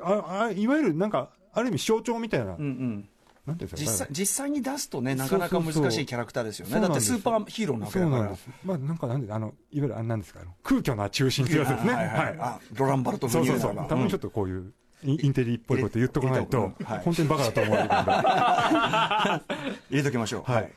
ああいわゆるなんか、ある意味象徴みたいな、
うんうん
なんていうんです
実
か
際実際に出すとねなかなか難
そうそう
し
そう
いキャラクターですよね
そうな
だ
ん
っ
で
て
す
スーパーヒーローなわけ
そ
だ
う
か
なん
ら
です。まあ、なんかなんで、あの、いわゆる、あれなんですか、あの空虚な中心ってやつですね。
はいはい
はい。
あロランバルト・
そ
ミ
う
ニ
そ
エ
う
ル
そう。
が
多分ちょっとこういう、インテリっぽいこと言っとかないと
うんはい、
本当にバカだと思われるから。
入れときましょう、
はい。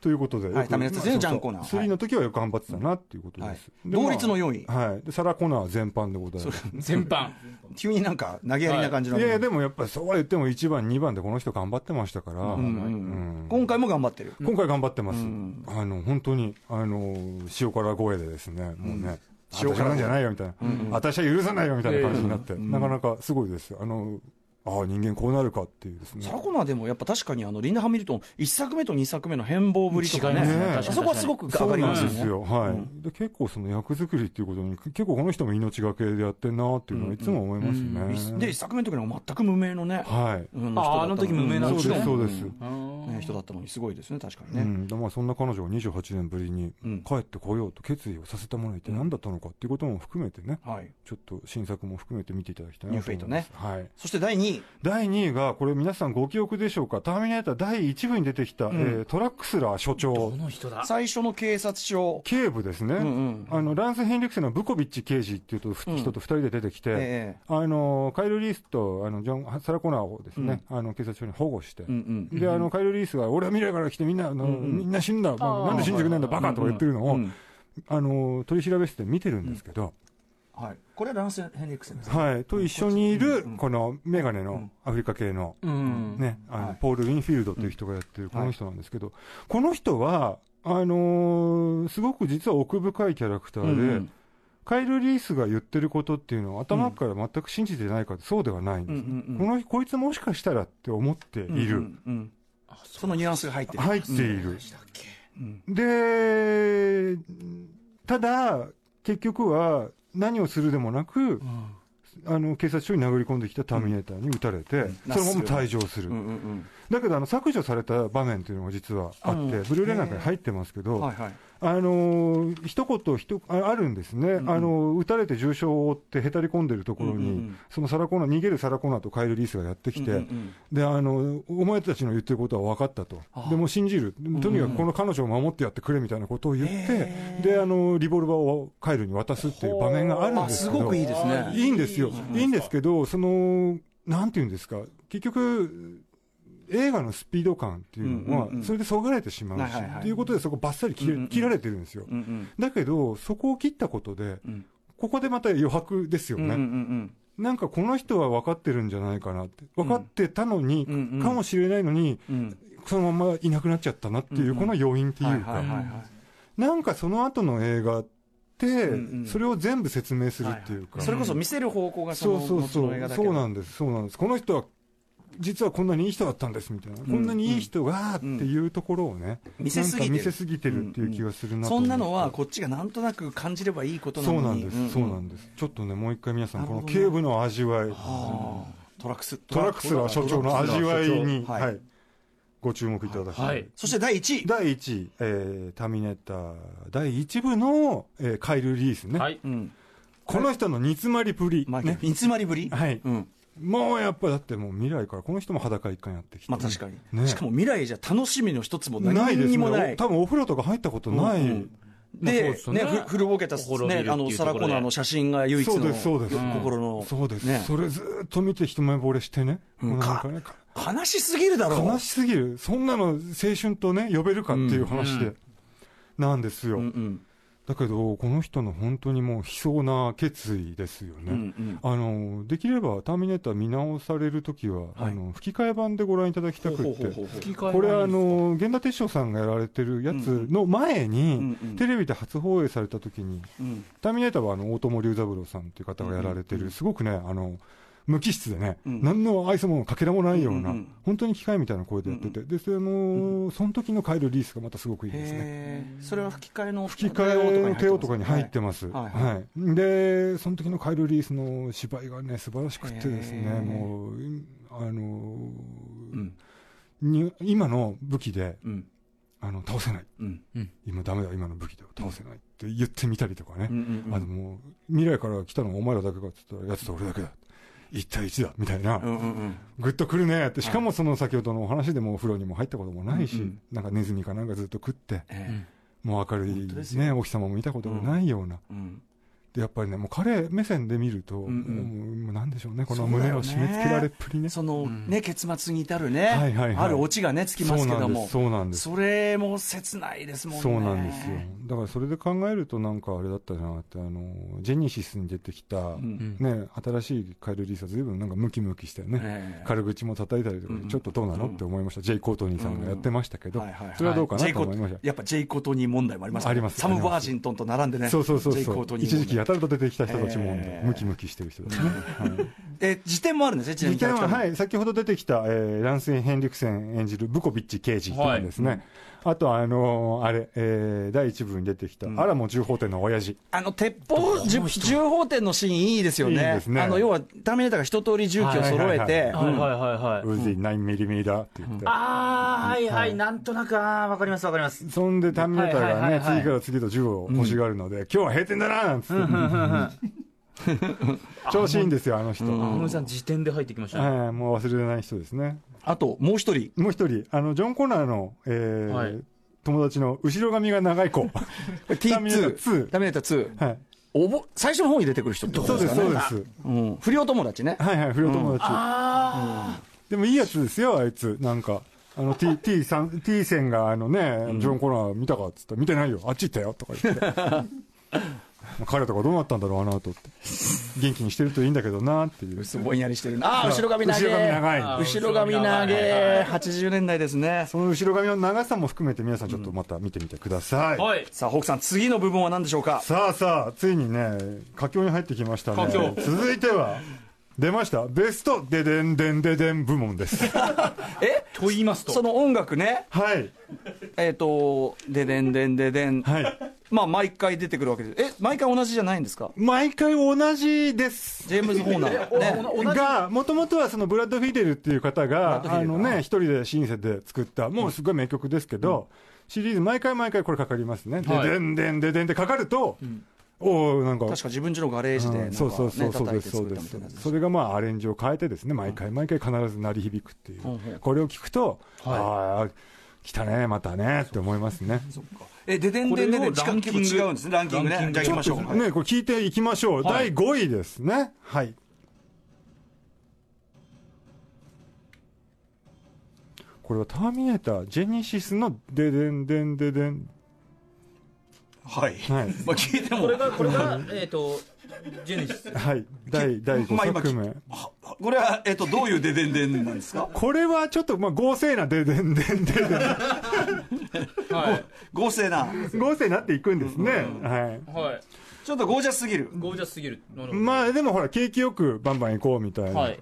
ということで、
はいタメネタ全ジャンコーナー
3の時はよく頑張ってたなっていうことです。
はい
でまあ
同率の4位
はい。でサラコナー全般でございます。
全般。
急になんか投げやりな感じの、
いやいや、でもやっぱりそうは言っても1番、2番でこの人頑張ってましたから、うん
今回も頑張ってる、
今回頑張ってます。あの、本当に、あの、塩辛声でですね、もうね、塩辛なんじゃないよみたいな、私は許さないよみたいな感じになって、なかなかすごいです。あの、ああ、人間こうなるかっていうですね。
サラコナーでもやっぱ確かにあのリンダ・ハミルトン1作目と2作目の変貌ぶりとか
違い
ね
ます
ね確か
あ
に
そこはすごく上がりますよね
そうなんですよはいで結構その役作りっていうことに結構この人も命がけでやってんなっていうのはいつも思いますね、
で1作目の時には全く無名のね、
はい
うん
あーあの時無名な
うん
そう
も
で
ちろん
すそうです、
ね、人だったのにすごいですね確かに
う
ね、
んでまあ、そんな彼女が28年ぶりに
うん
帰ってこようと決意をさせたもの一体何だったのかっていうことも含めてね、
はい
ちょっと新作も含めて見ていただきたいなと思います
ニューフェイ
はい、
そして第2位
第2位がこれ皆さんご記憶でしょうか「ターミネーター」第1部に出てきた、えートラックスラー所長
この人だ。
最初の警察署
警部ですね、
ん
あのランス・ヘンリクセンのブコビッチ刑事っていうとふ人と2人で出てきて、
ええ
あのカイル・リースとあのジョンサラ・コナーをですね、あの警察署に保護して、
うん
であのカイル・リースが俺は未来から来てみんなあの、みんな死んだ、まあ
あー
なんで死んでくれないんだ、バカとか言ってるのを、あの取り調べ室で見てるんですけど、
うんはいこれはランス・ヘンリックスですね
はい、と一緒にいるこのメガネのアフリカ系の。
うん。
ね、あのポール・ウィンフィールドという人がやってるこの人なんですけど、この人は、あのーすごく実は奥深いキャラクターで、カイル・リースが言ってることっていうのを頭から全く信じてないかってそうではないんです、
うんうんうん
このこいつもしかしたらって思っている、
うんうんそのニュアンスが入ってる
入っている、でただ結局は何をするでもなく、あの警察署に殴り込んできたターミネーターに撃たれて、そのまま退場する、
うんうん
だけどあの削除された場面っていうのが実はあって、ブルーレイなんかに入ってますけど、
うんはいはい
あのー一言一ああるんですね、あのー撃たれて重傷を負ってへたり込んでるところに、
うんうんうん
そのサラコーナー逃げるサラコーナーとカイル・リースがやってきて、であのーお前たちの言ってることは分かったと、でもう信じる、とにかくこの彼女を守ってやってくれみたいなことを言って、であのーリボルバーをカイルに渡すっていう場面があるん
あ
です
す
けど。
ごくいいですね
いいんですよ、いいんですけど、そのなんていうんですか、結局、映画のスピード感っていうの
う
は、
んうんうん
それでそがれてしまうし、
はいはいはい
っていうことで、そこばっさり切れ、切られてるんですよ。
うんうん
だけど、そこを切ったことで、ここでまた余白ですよ
うんうんう
ね。
ん
なんかこの人は分かってるんじゃないかなって、分かってたのに、
うんうん
かもしれないのに、
うん
そのままいなくなっちゃったなっていう、この要因って
はいいう
か、
はいはいは
なんかその後の映画って、
んうん
それを全部説明するっていうか、
いそれこそ見せる方向がそ
そ
の
うそう
後
そ
の映画
う、
だ
そ
け
う
ど
なんです、そうなんです、この人は実はこんなにいい人だったんですみたいな、こんなにいい人がっていうところをね、
見せすぎてる
なんか見せすぎてるっていう気がするなと
そ
思
ん
って
なのはこっちがなんとなく感じればいいことな
そうな
の
ん
に
です、
うん
そうなんです、ちょっとね、もう一回皆さん、
なる
こ
ほ
の
どね
警部の味わい、
トラックス
トラックスラー所長の味わいに、
はい
はい、ご注目いただきたい。
はい。
そして第1位
第1位、えーターミネーター第1部の、えーカイル・リースね、
はい。
うん
この人の煮詰まりぶり、
まあ
ね
煮詰まりぶり
はい
うん
もうやっぱだってもう未来からこの人も裸一貫やってきて、
まあ確かに、
ね
しかも未来じゃ楽しみの一つも
ない
何
です
に
ね
もない
お多分お風呂とか入ったことない、
う
まあ
ん
そう
で
で、すよ
ね、
ね
ふ古ぼけた、ね
滅びるっていう、
あの、サラ
とこ
コ
ろで
ナーの写真が唯一
そう
の
ですそうです
心の。
そうです、
ね
それずーっと見て一目惚れしてね、もうなんかねか
悲しすぎるだろう。
悲しすぎるそんなの青春とね呼べるかっていう話で、なんですよ、
うんうん
だけどこの人の本当にもう悲壮な決意ですよね、
うんうん
あのできれば「ターミネーター」見直されるときは、あの吹き替え版でご覧いただきたくってこれあの源田鉄章さんがやられてるやつの前に、
うんうん
テレビで初放映されたときに
うん
ターミネーターはあの大友龍三郎さんという方がやられてる、すごくね、あの無機質でね、
ん
何の愛想もかけらもないような、
うんうん
本当に機械みたいな声でやってて、でその、その時のカイル・リースがまたすごくいいですね。
へーそれは吹き替えの
吹き替えの帝王とかに入って
ま
ます、
は
はいい
は
でその時のカイル・リースの芝居がね素晴らしくてですね、
へー
もうあの、
ん
に今の武器で
はいうん
あの倒せない
うん
今ダメだ今の武器では倒せないって言ってみたりとかね、
うんうんうん
あのもう未来から来たのはお前らだけかって言ったらやつと俺だけだ1対1だみたいな、
うんうんうん
グッとくるねってしかもその先ほどのお話でもお風呂にも入ったこともないし、
うんうん
なんかネズミかなんかずっと食って
え
もう明るい
本当ですよ
ねお日様も見たことがないような、
えうん
でやっぱりねもう彼目線で見ると、
ん
もうもうなんでしょうねこ
そ
の
うだよね
胸を締め付けられっぷりね
そのね、結末に至るね、
はいはいはい
あるオチがね、つきますけども、
そうなんです
それも切ないですもんね。
そうなんですよ。だからそれで考えるとなんかあれだったなってあのジェニシスに出てきた、
ん
ね新しいカイル・リースは随分なんかムキムキしてね、
ええ
軽口も叩いたりとかでちょっとどうなの、って思いました。ジェイ・コートニーさんがやってましたけど、
はいはいはい
それはどうか
ジェ
な
イ
と
コ
思いました。
やっぱジェイコトニー問題もありますから
あります
サム・バージントンと並んでね、
そうそうそう
ジェイ
そ
コ
う
トニー
一時期や
や
たらと出てきた人たちも、
ええ
ムキムキしてる人たちね。はい
え、辞典もあるんですね、ちなみ
実
に。。
験は、はいい、先ほど出てきた、えーランス・ヘンリクセン演じるブコビッチ刑事とかですね、あと、あのーあれ、えー第一部に出てきた、アラモ銃砲店の親父、
あの、鉄砲、銃銃砲店のシーンいいですよね。
いいですね
あの、要は、ターミネーターが一通り銃器を揃えて、
はいはいはいはい。
ウーズィ9ミリメーターって言って、
ああ、はいはい、なんとなく、ああ、わかりますわかります。
そんでターミネーターが
はいはい
ね、
はいはい
次から次へと銃を欲しがるので、今日は閉店だななんつって、調子いいんですよ、あの人。
小野さん、辞典で入ってきましたね。
はいもう忘れれない人ですね。
あと、もう一人、
もう一人、あの、ジョン・コナーの、えー
はい
友達の後ろ髪が長い 子。
これ
ターミネーター
T2、
2
ターミネーター
はい。
2、おぼ最初の方に出てくる人ってこと
そう
で
ですす、
か
そう
ね
で。す。
うん不良友達ね。
はいはい、不良友達。うんでもいいやつですよ、あいつ。なんか。あの、T、T さん、T 線があのね、ジョン・コナー見たかっつったら、見てないよ、あっち行ったよ、とか言って。彼とかどうなったんだろう、あの後って。元気にしてるといいんだけどな、っていう。
ぼんやりしてるな。あー、後ろ髪長い。
後ろ髪長い
後ろ髪長い。80年代ですね。
その後ろ髪の長さも含めて皆さんちょっとまた見てみてください。
はい。
さあ、北さん、次の部分は何でしょうか
さあさあ、ついにね、佳境に入ってきましたね。
佳境
続いては、出ました、ベストデデンデンデデン部門です。
え
と言います
そ
と、
の音楽ね、
はい。
えっ、と、ででんでんででん、
はい。
まあ、毎回出てくるわけです。え、毎回同じじゃないんですか
毎回同じです。
ジェームズ・ホーナー。ね、
が、もともとはそのブラッド・フィデルっていう方が、あのね、一人でシンセで作った、もうすごい名曲ですけど、シリーズ毎回毎回これかかりますね。
はい
ででんでんででんってかかると、おおなんか、
確か自分家のガレージでなんか、ね、
そうそうそうそう
叩
で
いて
すそ
作
う
っ
で
たみたいなやつ
すそれがまあアレンジを変えてですね毎回毎回必ず鳴り響くっていう、これを聞くと、ああ来たねまたねって思いますね
え、ででんでんででん、時間規模違うんですね、ランキングね。
ランキン
じ
グ
ゃあ行きましょうか。
ねこれ聞いていきましょう、
はい
第5位ですねはいこれは「ターミネーター」ジェニシスの「デデンデンデデン
はい」。
は
ま
い
あ、聞いても
これ、が、これが、えっと、ジェネシス。
はい第第
まあ
5
今
作目、
これは、えっ、と、どういうででんでんなんですか
これはちょっとまあ合成な「デデンデンデデン」
はい。
合成な。
合成になっていくんですね、はい
はい。
ちょっとゴージャスすぎる。
ゴージャスすぎる。なるほど
まあでもほら景気よくバンバン行こうみたいな
は
はいい、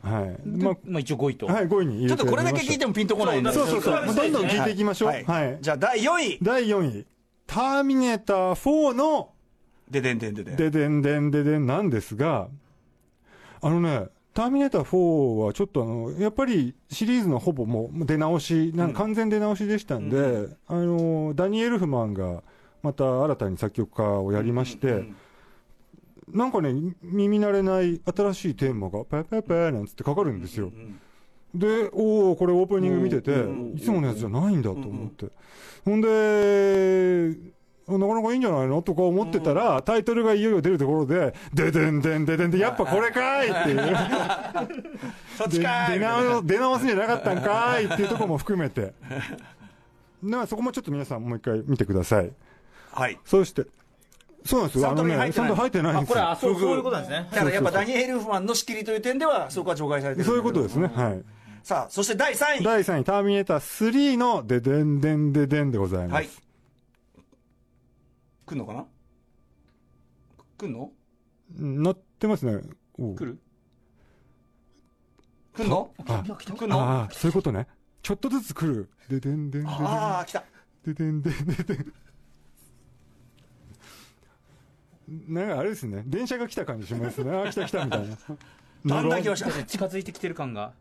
ま
まあ一応5位と
あ、はい5位に入
ち
れて
ょっとこれだけ聞いてもピンとこないんで。
そうそうそ
そう
う
そう
もうどんどん聞いていきましょう、はい
じゃあ、第4位。
第4位「ターミネーター4」の
ででんでんでで
「
ん。
ででんでんででん」なんですがあのね「ターミネーター4」はちょっとあのやっぱりシリーズのほぼもう出直しなん完全出直しでしたんで、あのダニエルフマンがまた新たに作曲家をやりまして、なんかね、耳慣れない新しいテーマが、ペペペなんつってかかるんですよ。で、おおこれオープニング見てて、いつものやつじゃないんだと思って。ほんで、あなかなかいいんじゃないのとか思ってたら、タイトルがいよいよ出るところで、ででんでんででんで、やっぱこれかいっていう。
そっ
で
ちかーい
出直出直すんじゃなかったんかーいっていうところも含めて。だからそこもちょっと皆さんもう一回見てください。
はい。
そうして、そうなんですよ。
サントリー入って
ち
な
ゃ
い
んと入ってないん
あ
です
これ
よ
あ。そうそういうことなんですね
だからやっぱダニエル・フマンの仕切りという点では、そこは除外されてる。
そういうことですね。。はい。
さあ、そして第3位。
第3位、ターミネーター3のででんでんででんでございます。
はい。来んのかな来んの
うん乗ってますね。おう
来る来んの
あ
来んの
ああ、そういうことね。ちょっとずつ来る。ででんでんで
ああ、来た。
ででんでんででんでん。なんかあれですね。電車が来た感じしますね。あー来た来たみたいな。
だんだん来ました。
近づいてきてる感が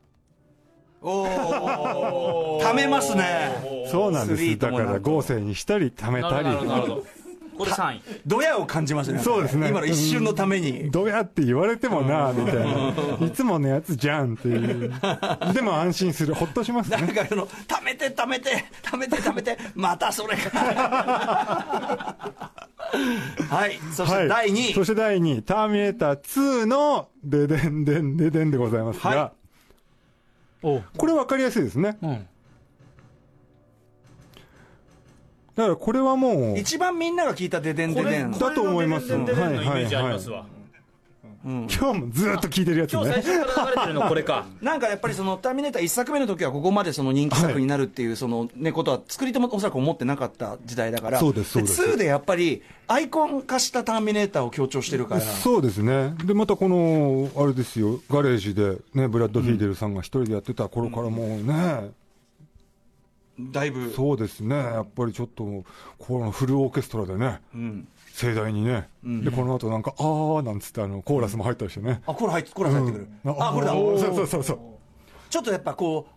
おお。溜めますね。
そうなんで
スリー
す。
と
だ
も
か
なると
ら合成にしたり、貯めた
なるほどなるほ
り。
どこれ3位
ドヤを感じましたね。
そうですね
今の一瞬のために。
どうやって言われてもなあみたいな。いつものやつじゃんっていう。でも安心する。ほっとします
なん
ね。
かあの、溜めて溜めて、溜めて溜めて、またそれ か。はい。そして第2
はい
位。
そして第2位。ターミネーター2のででんでんででんでございます
は
が。
お
これ分かりやすいですね。
ん
だからこれはもう、
一番みんなが聞いたデデンデデン。
だと思います
これのデデンデデンのイメージありますわ
今日もずっと聞いてるやつ
今日最
ね。
初から流れてるのこれか
なんかやっぱりその、ターミネーター1作目の時はここまでその人気作になるっていう、そのね、ことは作り手もおそらく思ってなかった時代だから。
そうですそうです
2でやっぱり、アイコン化したターミネーターを強調してるから。
そうですね。で、またこの、あれですよ、ガレージで、ね、ブラッド・フィーデルさんが一人でやってた頃からもうね、
だいぶ。
そうですね、やっぱりちょっと、このフルオーケストラでね、
うん。
盛大にね、で、この後なんか、あーなんつって、あの、コーラスも入ったりしてね。
あ、これ入って、これ入ってくる。あ、これだ。
ーそうそうそうそう。
ちょっとやっぱこう、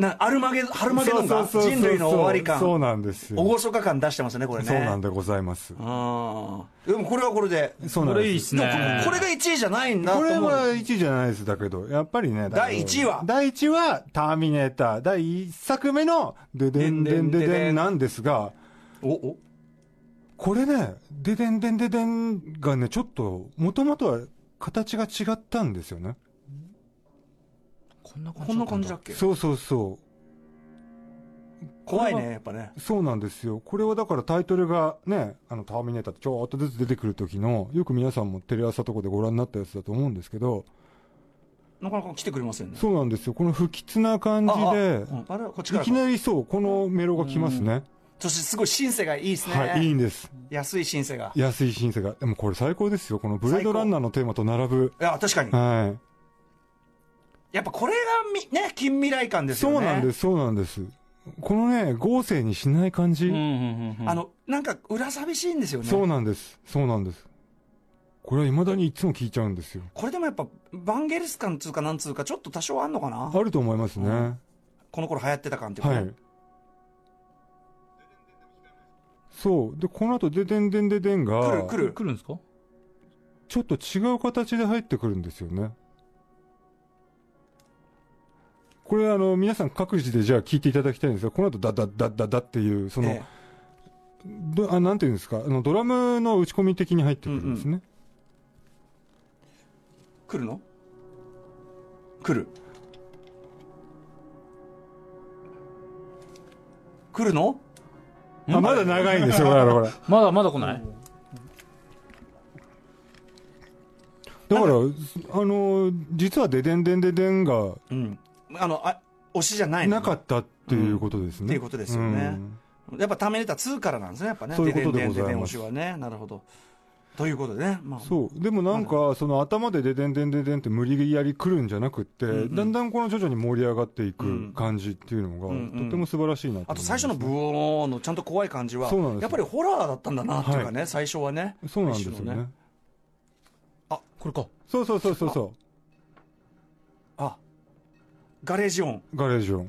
なアルマゲ、ハルマゲドンが
そうそうそうそう
人類の終わり
そう
感、
なんですよ。
厳か感出してますよね、これね。
そうなん
だ。
でございます。
でもこれはこれで。
そうなん
これいい
で
っ
す。
すね
これが1位じゃないんだと
こ
思う。
れは1位じゃないです、だけど、やっぱりね、
第一位は
第1位は、ターミネーター、第1作目の、ででんでんで
でんでんで
で
ん
んなんですが、
お、お、
これね、ででんでんででんがね、ちょっと、もともとは形が違ったんですよね。
こんな
こんな感じだっけ
そうそうそう。
怖いね、やっぱね。
そうなんですよ。これはだからタイトルがね、あの、ターミネーターってちょっとずつ出てくる時の、よく皆さんもテレ朝とかでご覧になったやつだと思うんですけど、
なかなか来てくれませんね。
そうなんですよ。この不吉な感じ
ああ
で、
うんあれこっち
い
から
き
か。
なりそう、このメロが来ますね。
そしてすごいシンセがいいですね。
はい、いいんです。
安いシンセが。
安いシンセが。でもこれ最高ですよ。このブレードランナーのテーマと並ぶ。
いや、確かに。
は
やっぱこれがみ、ね、近未来感で
い。
すよ
そ
ね。。
うなんですす、そうなんです。このね、合成にしない感じ。
あの、なんか裏寂しいんですよね。
そうなんです。そうなんです。これは未だにいつも聞いちゃうんですよ。
これでもやっぱ、バンゲルス感つうかなんつうか、ちょっと多少あんのかな
あると思いますね。は
この頃流行ってた感っていうかね。
い。そう。で、この後、ででんでんででん
来
が
る、来る。
来るんですか
ちょっと違う形で入ってくるんですよね。これ、あの、皆さん各自でじゃあ聞いていただきたいんですが、この後、だだだだだっていう、その、
ええ
どあなんていうんですか、あのドラムの打ち込み的に入ってくるんですね。
来るの来る来るの
あまだ長いんですよ、ほらほら。だか
まだまだ来ない
ら、あのー、実はででんでんででんが
うんあのあ推しじゃないの
なかったっていうことですね。
うんっていうことですよね
うん
やっぱターミネーター2からなんですねやっぱね
そういうことでござ
で
います
んでんでんでん推しはねなるほどということでねまあ
そう。でもなんか、その頭でででんでんででんって無理やり来るんじゃなくって、
ん
だんだんこの徐々に盛り上がっていく感じっていうのが、
うんうん
とても素晴らしいなと思います
あと
ね
最初のブオーのちゃんと怖い感じは
そうなんですよ
やっぱりホラーだったんだなっていうかね、最初はね
そうなんですよ
一種の
ね。
あこれか
そうそうそうそうそ
あガレージ音
う。ガレージオン。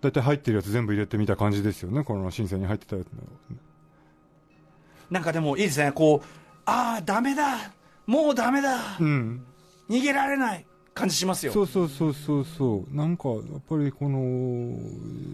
だいたい入ってるやつ全部入れてみた感じですよね。この申請に入ってたやつの。
なんかでもいいですねこうああダメだもうダメだ、
うん。
逃げられない感じしますよ
そうそうそうそうそうなんかやっぱりこの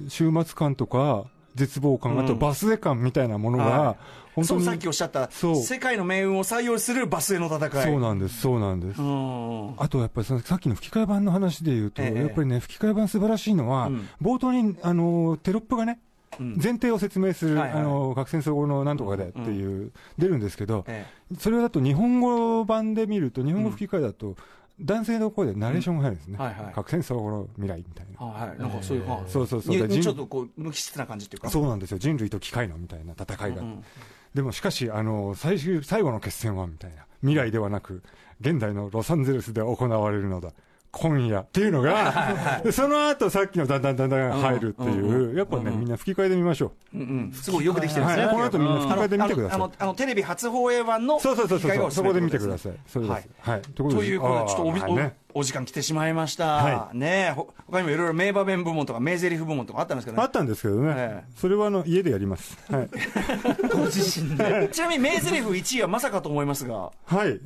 週末感とか絶望感、あとバスエ感みたいなものが、本
そ
当
の
に。
さっきおっしゃった、
そう
世界の命運を採用するバスへの戦い。
そうなんです、そうなんです。
うん
あとやっぱりそのさっきの吹き替え版の話で言うと、
ええ
やっぱりね、吹き替え版素晴らしいのは、冒頭にあのテロップがね、前提を説明する、
はいはい
あの核戦争後のなんとかでっていう、出るんですけど、
え
それだと日本語版で見ると、日本語吹き替えだと、男性の声でナレーションが入るんですね、
うんはいはい
核戦争後の未来みたいな、
あはい。なんかそういう、あ
そうそうそう
に
だから人
ちょっとこう、無機質な感じっていうか。
そうなんですよ、人類と機械のみたいな戦いが、
うん
でもしかしあの最終、最後の決戦はみたいな、未来ではなく、現代のロサンゼルスで行われるのだ。今夜っていうのが、でその後さっきのだんだんだんだん入るっていう、やっぱね、みんな吹き替えで見ましょ
うんうん。すごいよくできてるんです
は
ね。
い、この後みんな吹き替えで見てくだ
あ
さい
の。あのあのテレビ初放映版の
そうそうそう
機会が
そう、
おすす
そ
め
こ
と
で
いう
見
こ
て
と
くだ
です
さ
ね
い。そうです。はい。ということ
と
で
いうことで、ちょっとお
あー
び
はいね
おお時間来てしまいました、
は
ねえほ他にもいろいろ名場面部門とか、名台詞部門とかあったんですけど、
あ
ね
っ、たんですけど
え
ね
え、
それはあの家でやります。はい。
ご自身で、 ちなみに名台詞1位はまさかと思いますが、
はい。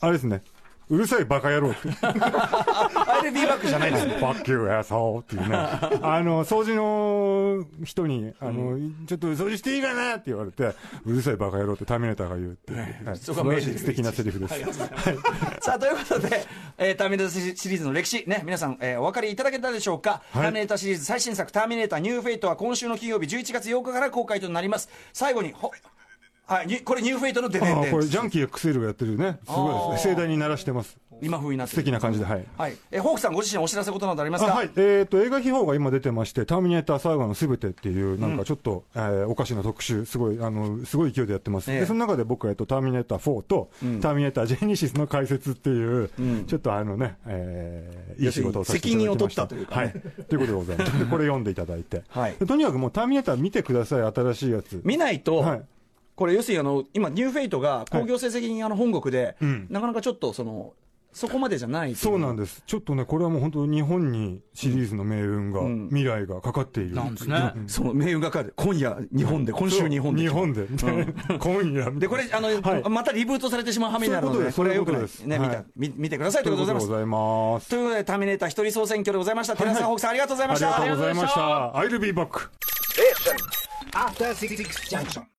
あれですね。うるさいバカ野郎って。
RB バックじゃないですね、
バッキューやそうっていうね。あの、掃除の人に、あの、ちょっと掃除していいかなって言われて、うるさいバカ野郎ってターミネーターが言うっていう。はい
そ
素
こが名
晴ら
人
しい素敵なセリフです。
さあということで、えーターミネーターシリーズの歴史、ね、皆さん、えーお分かりいただけたでしょうか、
い
ターミネーターシリーズ最新作、ターミネーターニューフェイトは今週の金曜日、11月8日から公開となります、最後に、ほはい、にこれ、ニューフェイトのデデン
ああ、
デ
これ、
ン、
ジャンキー XL がやってるね。すごいですね。盛大に鳴らしてます。
今風になって
素
る
敵な感じで、はい。
はい、えーホークさん、ご自身お知らせことなどあります
あ
か。
はい、えっ、と、映画秘宝が今出てまして、ターミネーター最後のすべてっていう、なんかちょっと、えーおかしな特集、すごい、あの、すごい勢いでやってます。
ええ
で、その中で僕、えっ、と、ターミネーター4と、ターミネータージェネシスの解説っていう、ちょっとあのね、えーいい仕事をさせていただきました。
責任を取ったというかね
はい。ということでござ います。でこれ読んでいただいて。
はい
でとにかくもう、ターミネーター見てください、新しいやつ。
見ないと、
はい
これ、要するにあの今、ニューフェイトが興行成績にあの本国で、
ん
なかなかちょっとその、そこまでじゃない
そうなんんです。ちょっとね、これはもう本当に日本にシリーズの命運が、
ん
未来がかかっている。
なんですね。
その命運がかかる、今夜、日本で、今週、日本で。
日本で。 今夜。
でこれあの、
はい
またリブートされてしまうはめになるので、
そういう
よく
こと
ない
で
ですすね、
そう
見
いうこと
た
です
見見てくださいと
と
い
いうう
こ
ことと
で
で
ござい
ご
ます。
ざいます。
ということで、ターミネーター一人総選挙でございました。寺澤ホークさん、ありがとうござい
あ
まし
りが
た
とう。ございました。I'll be back.
After Six Junction.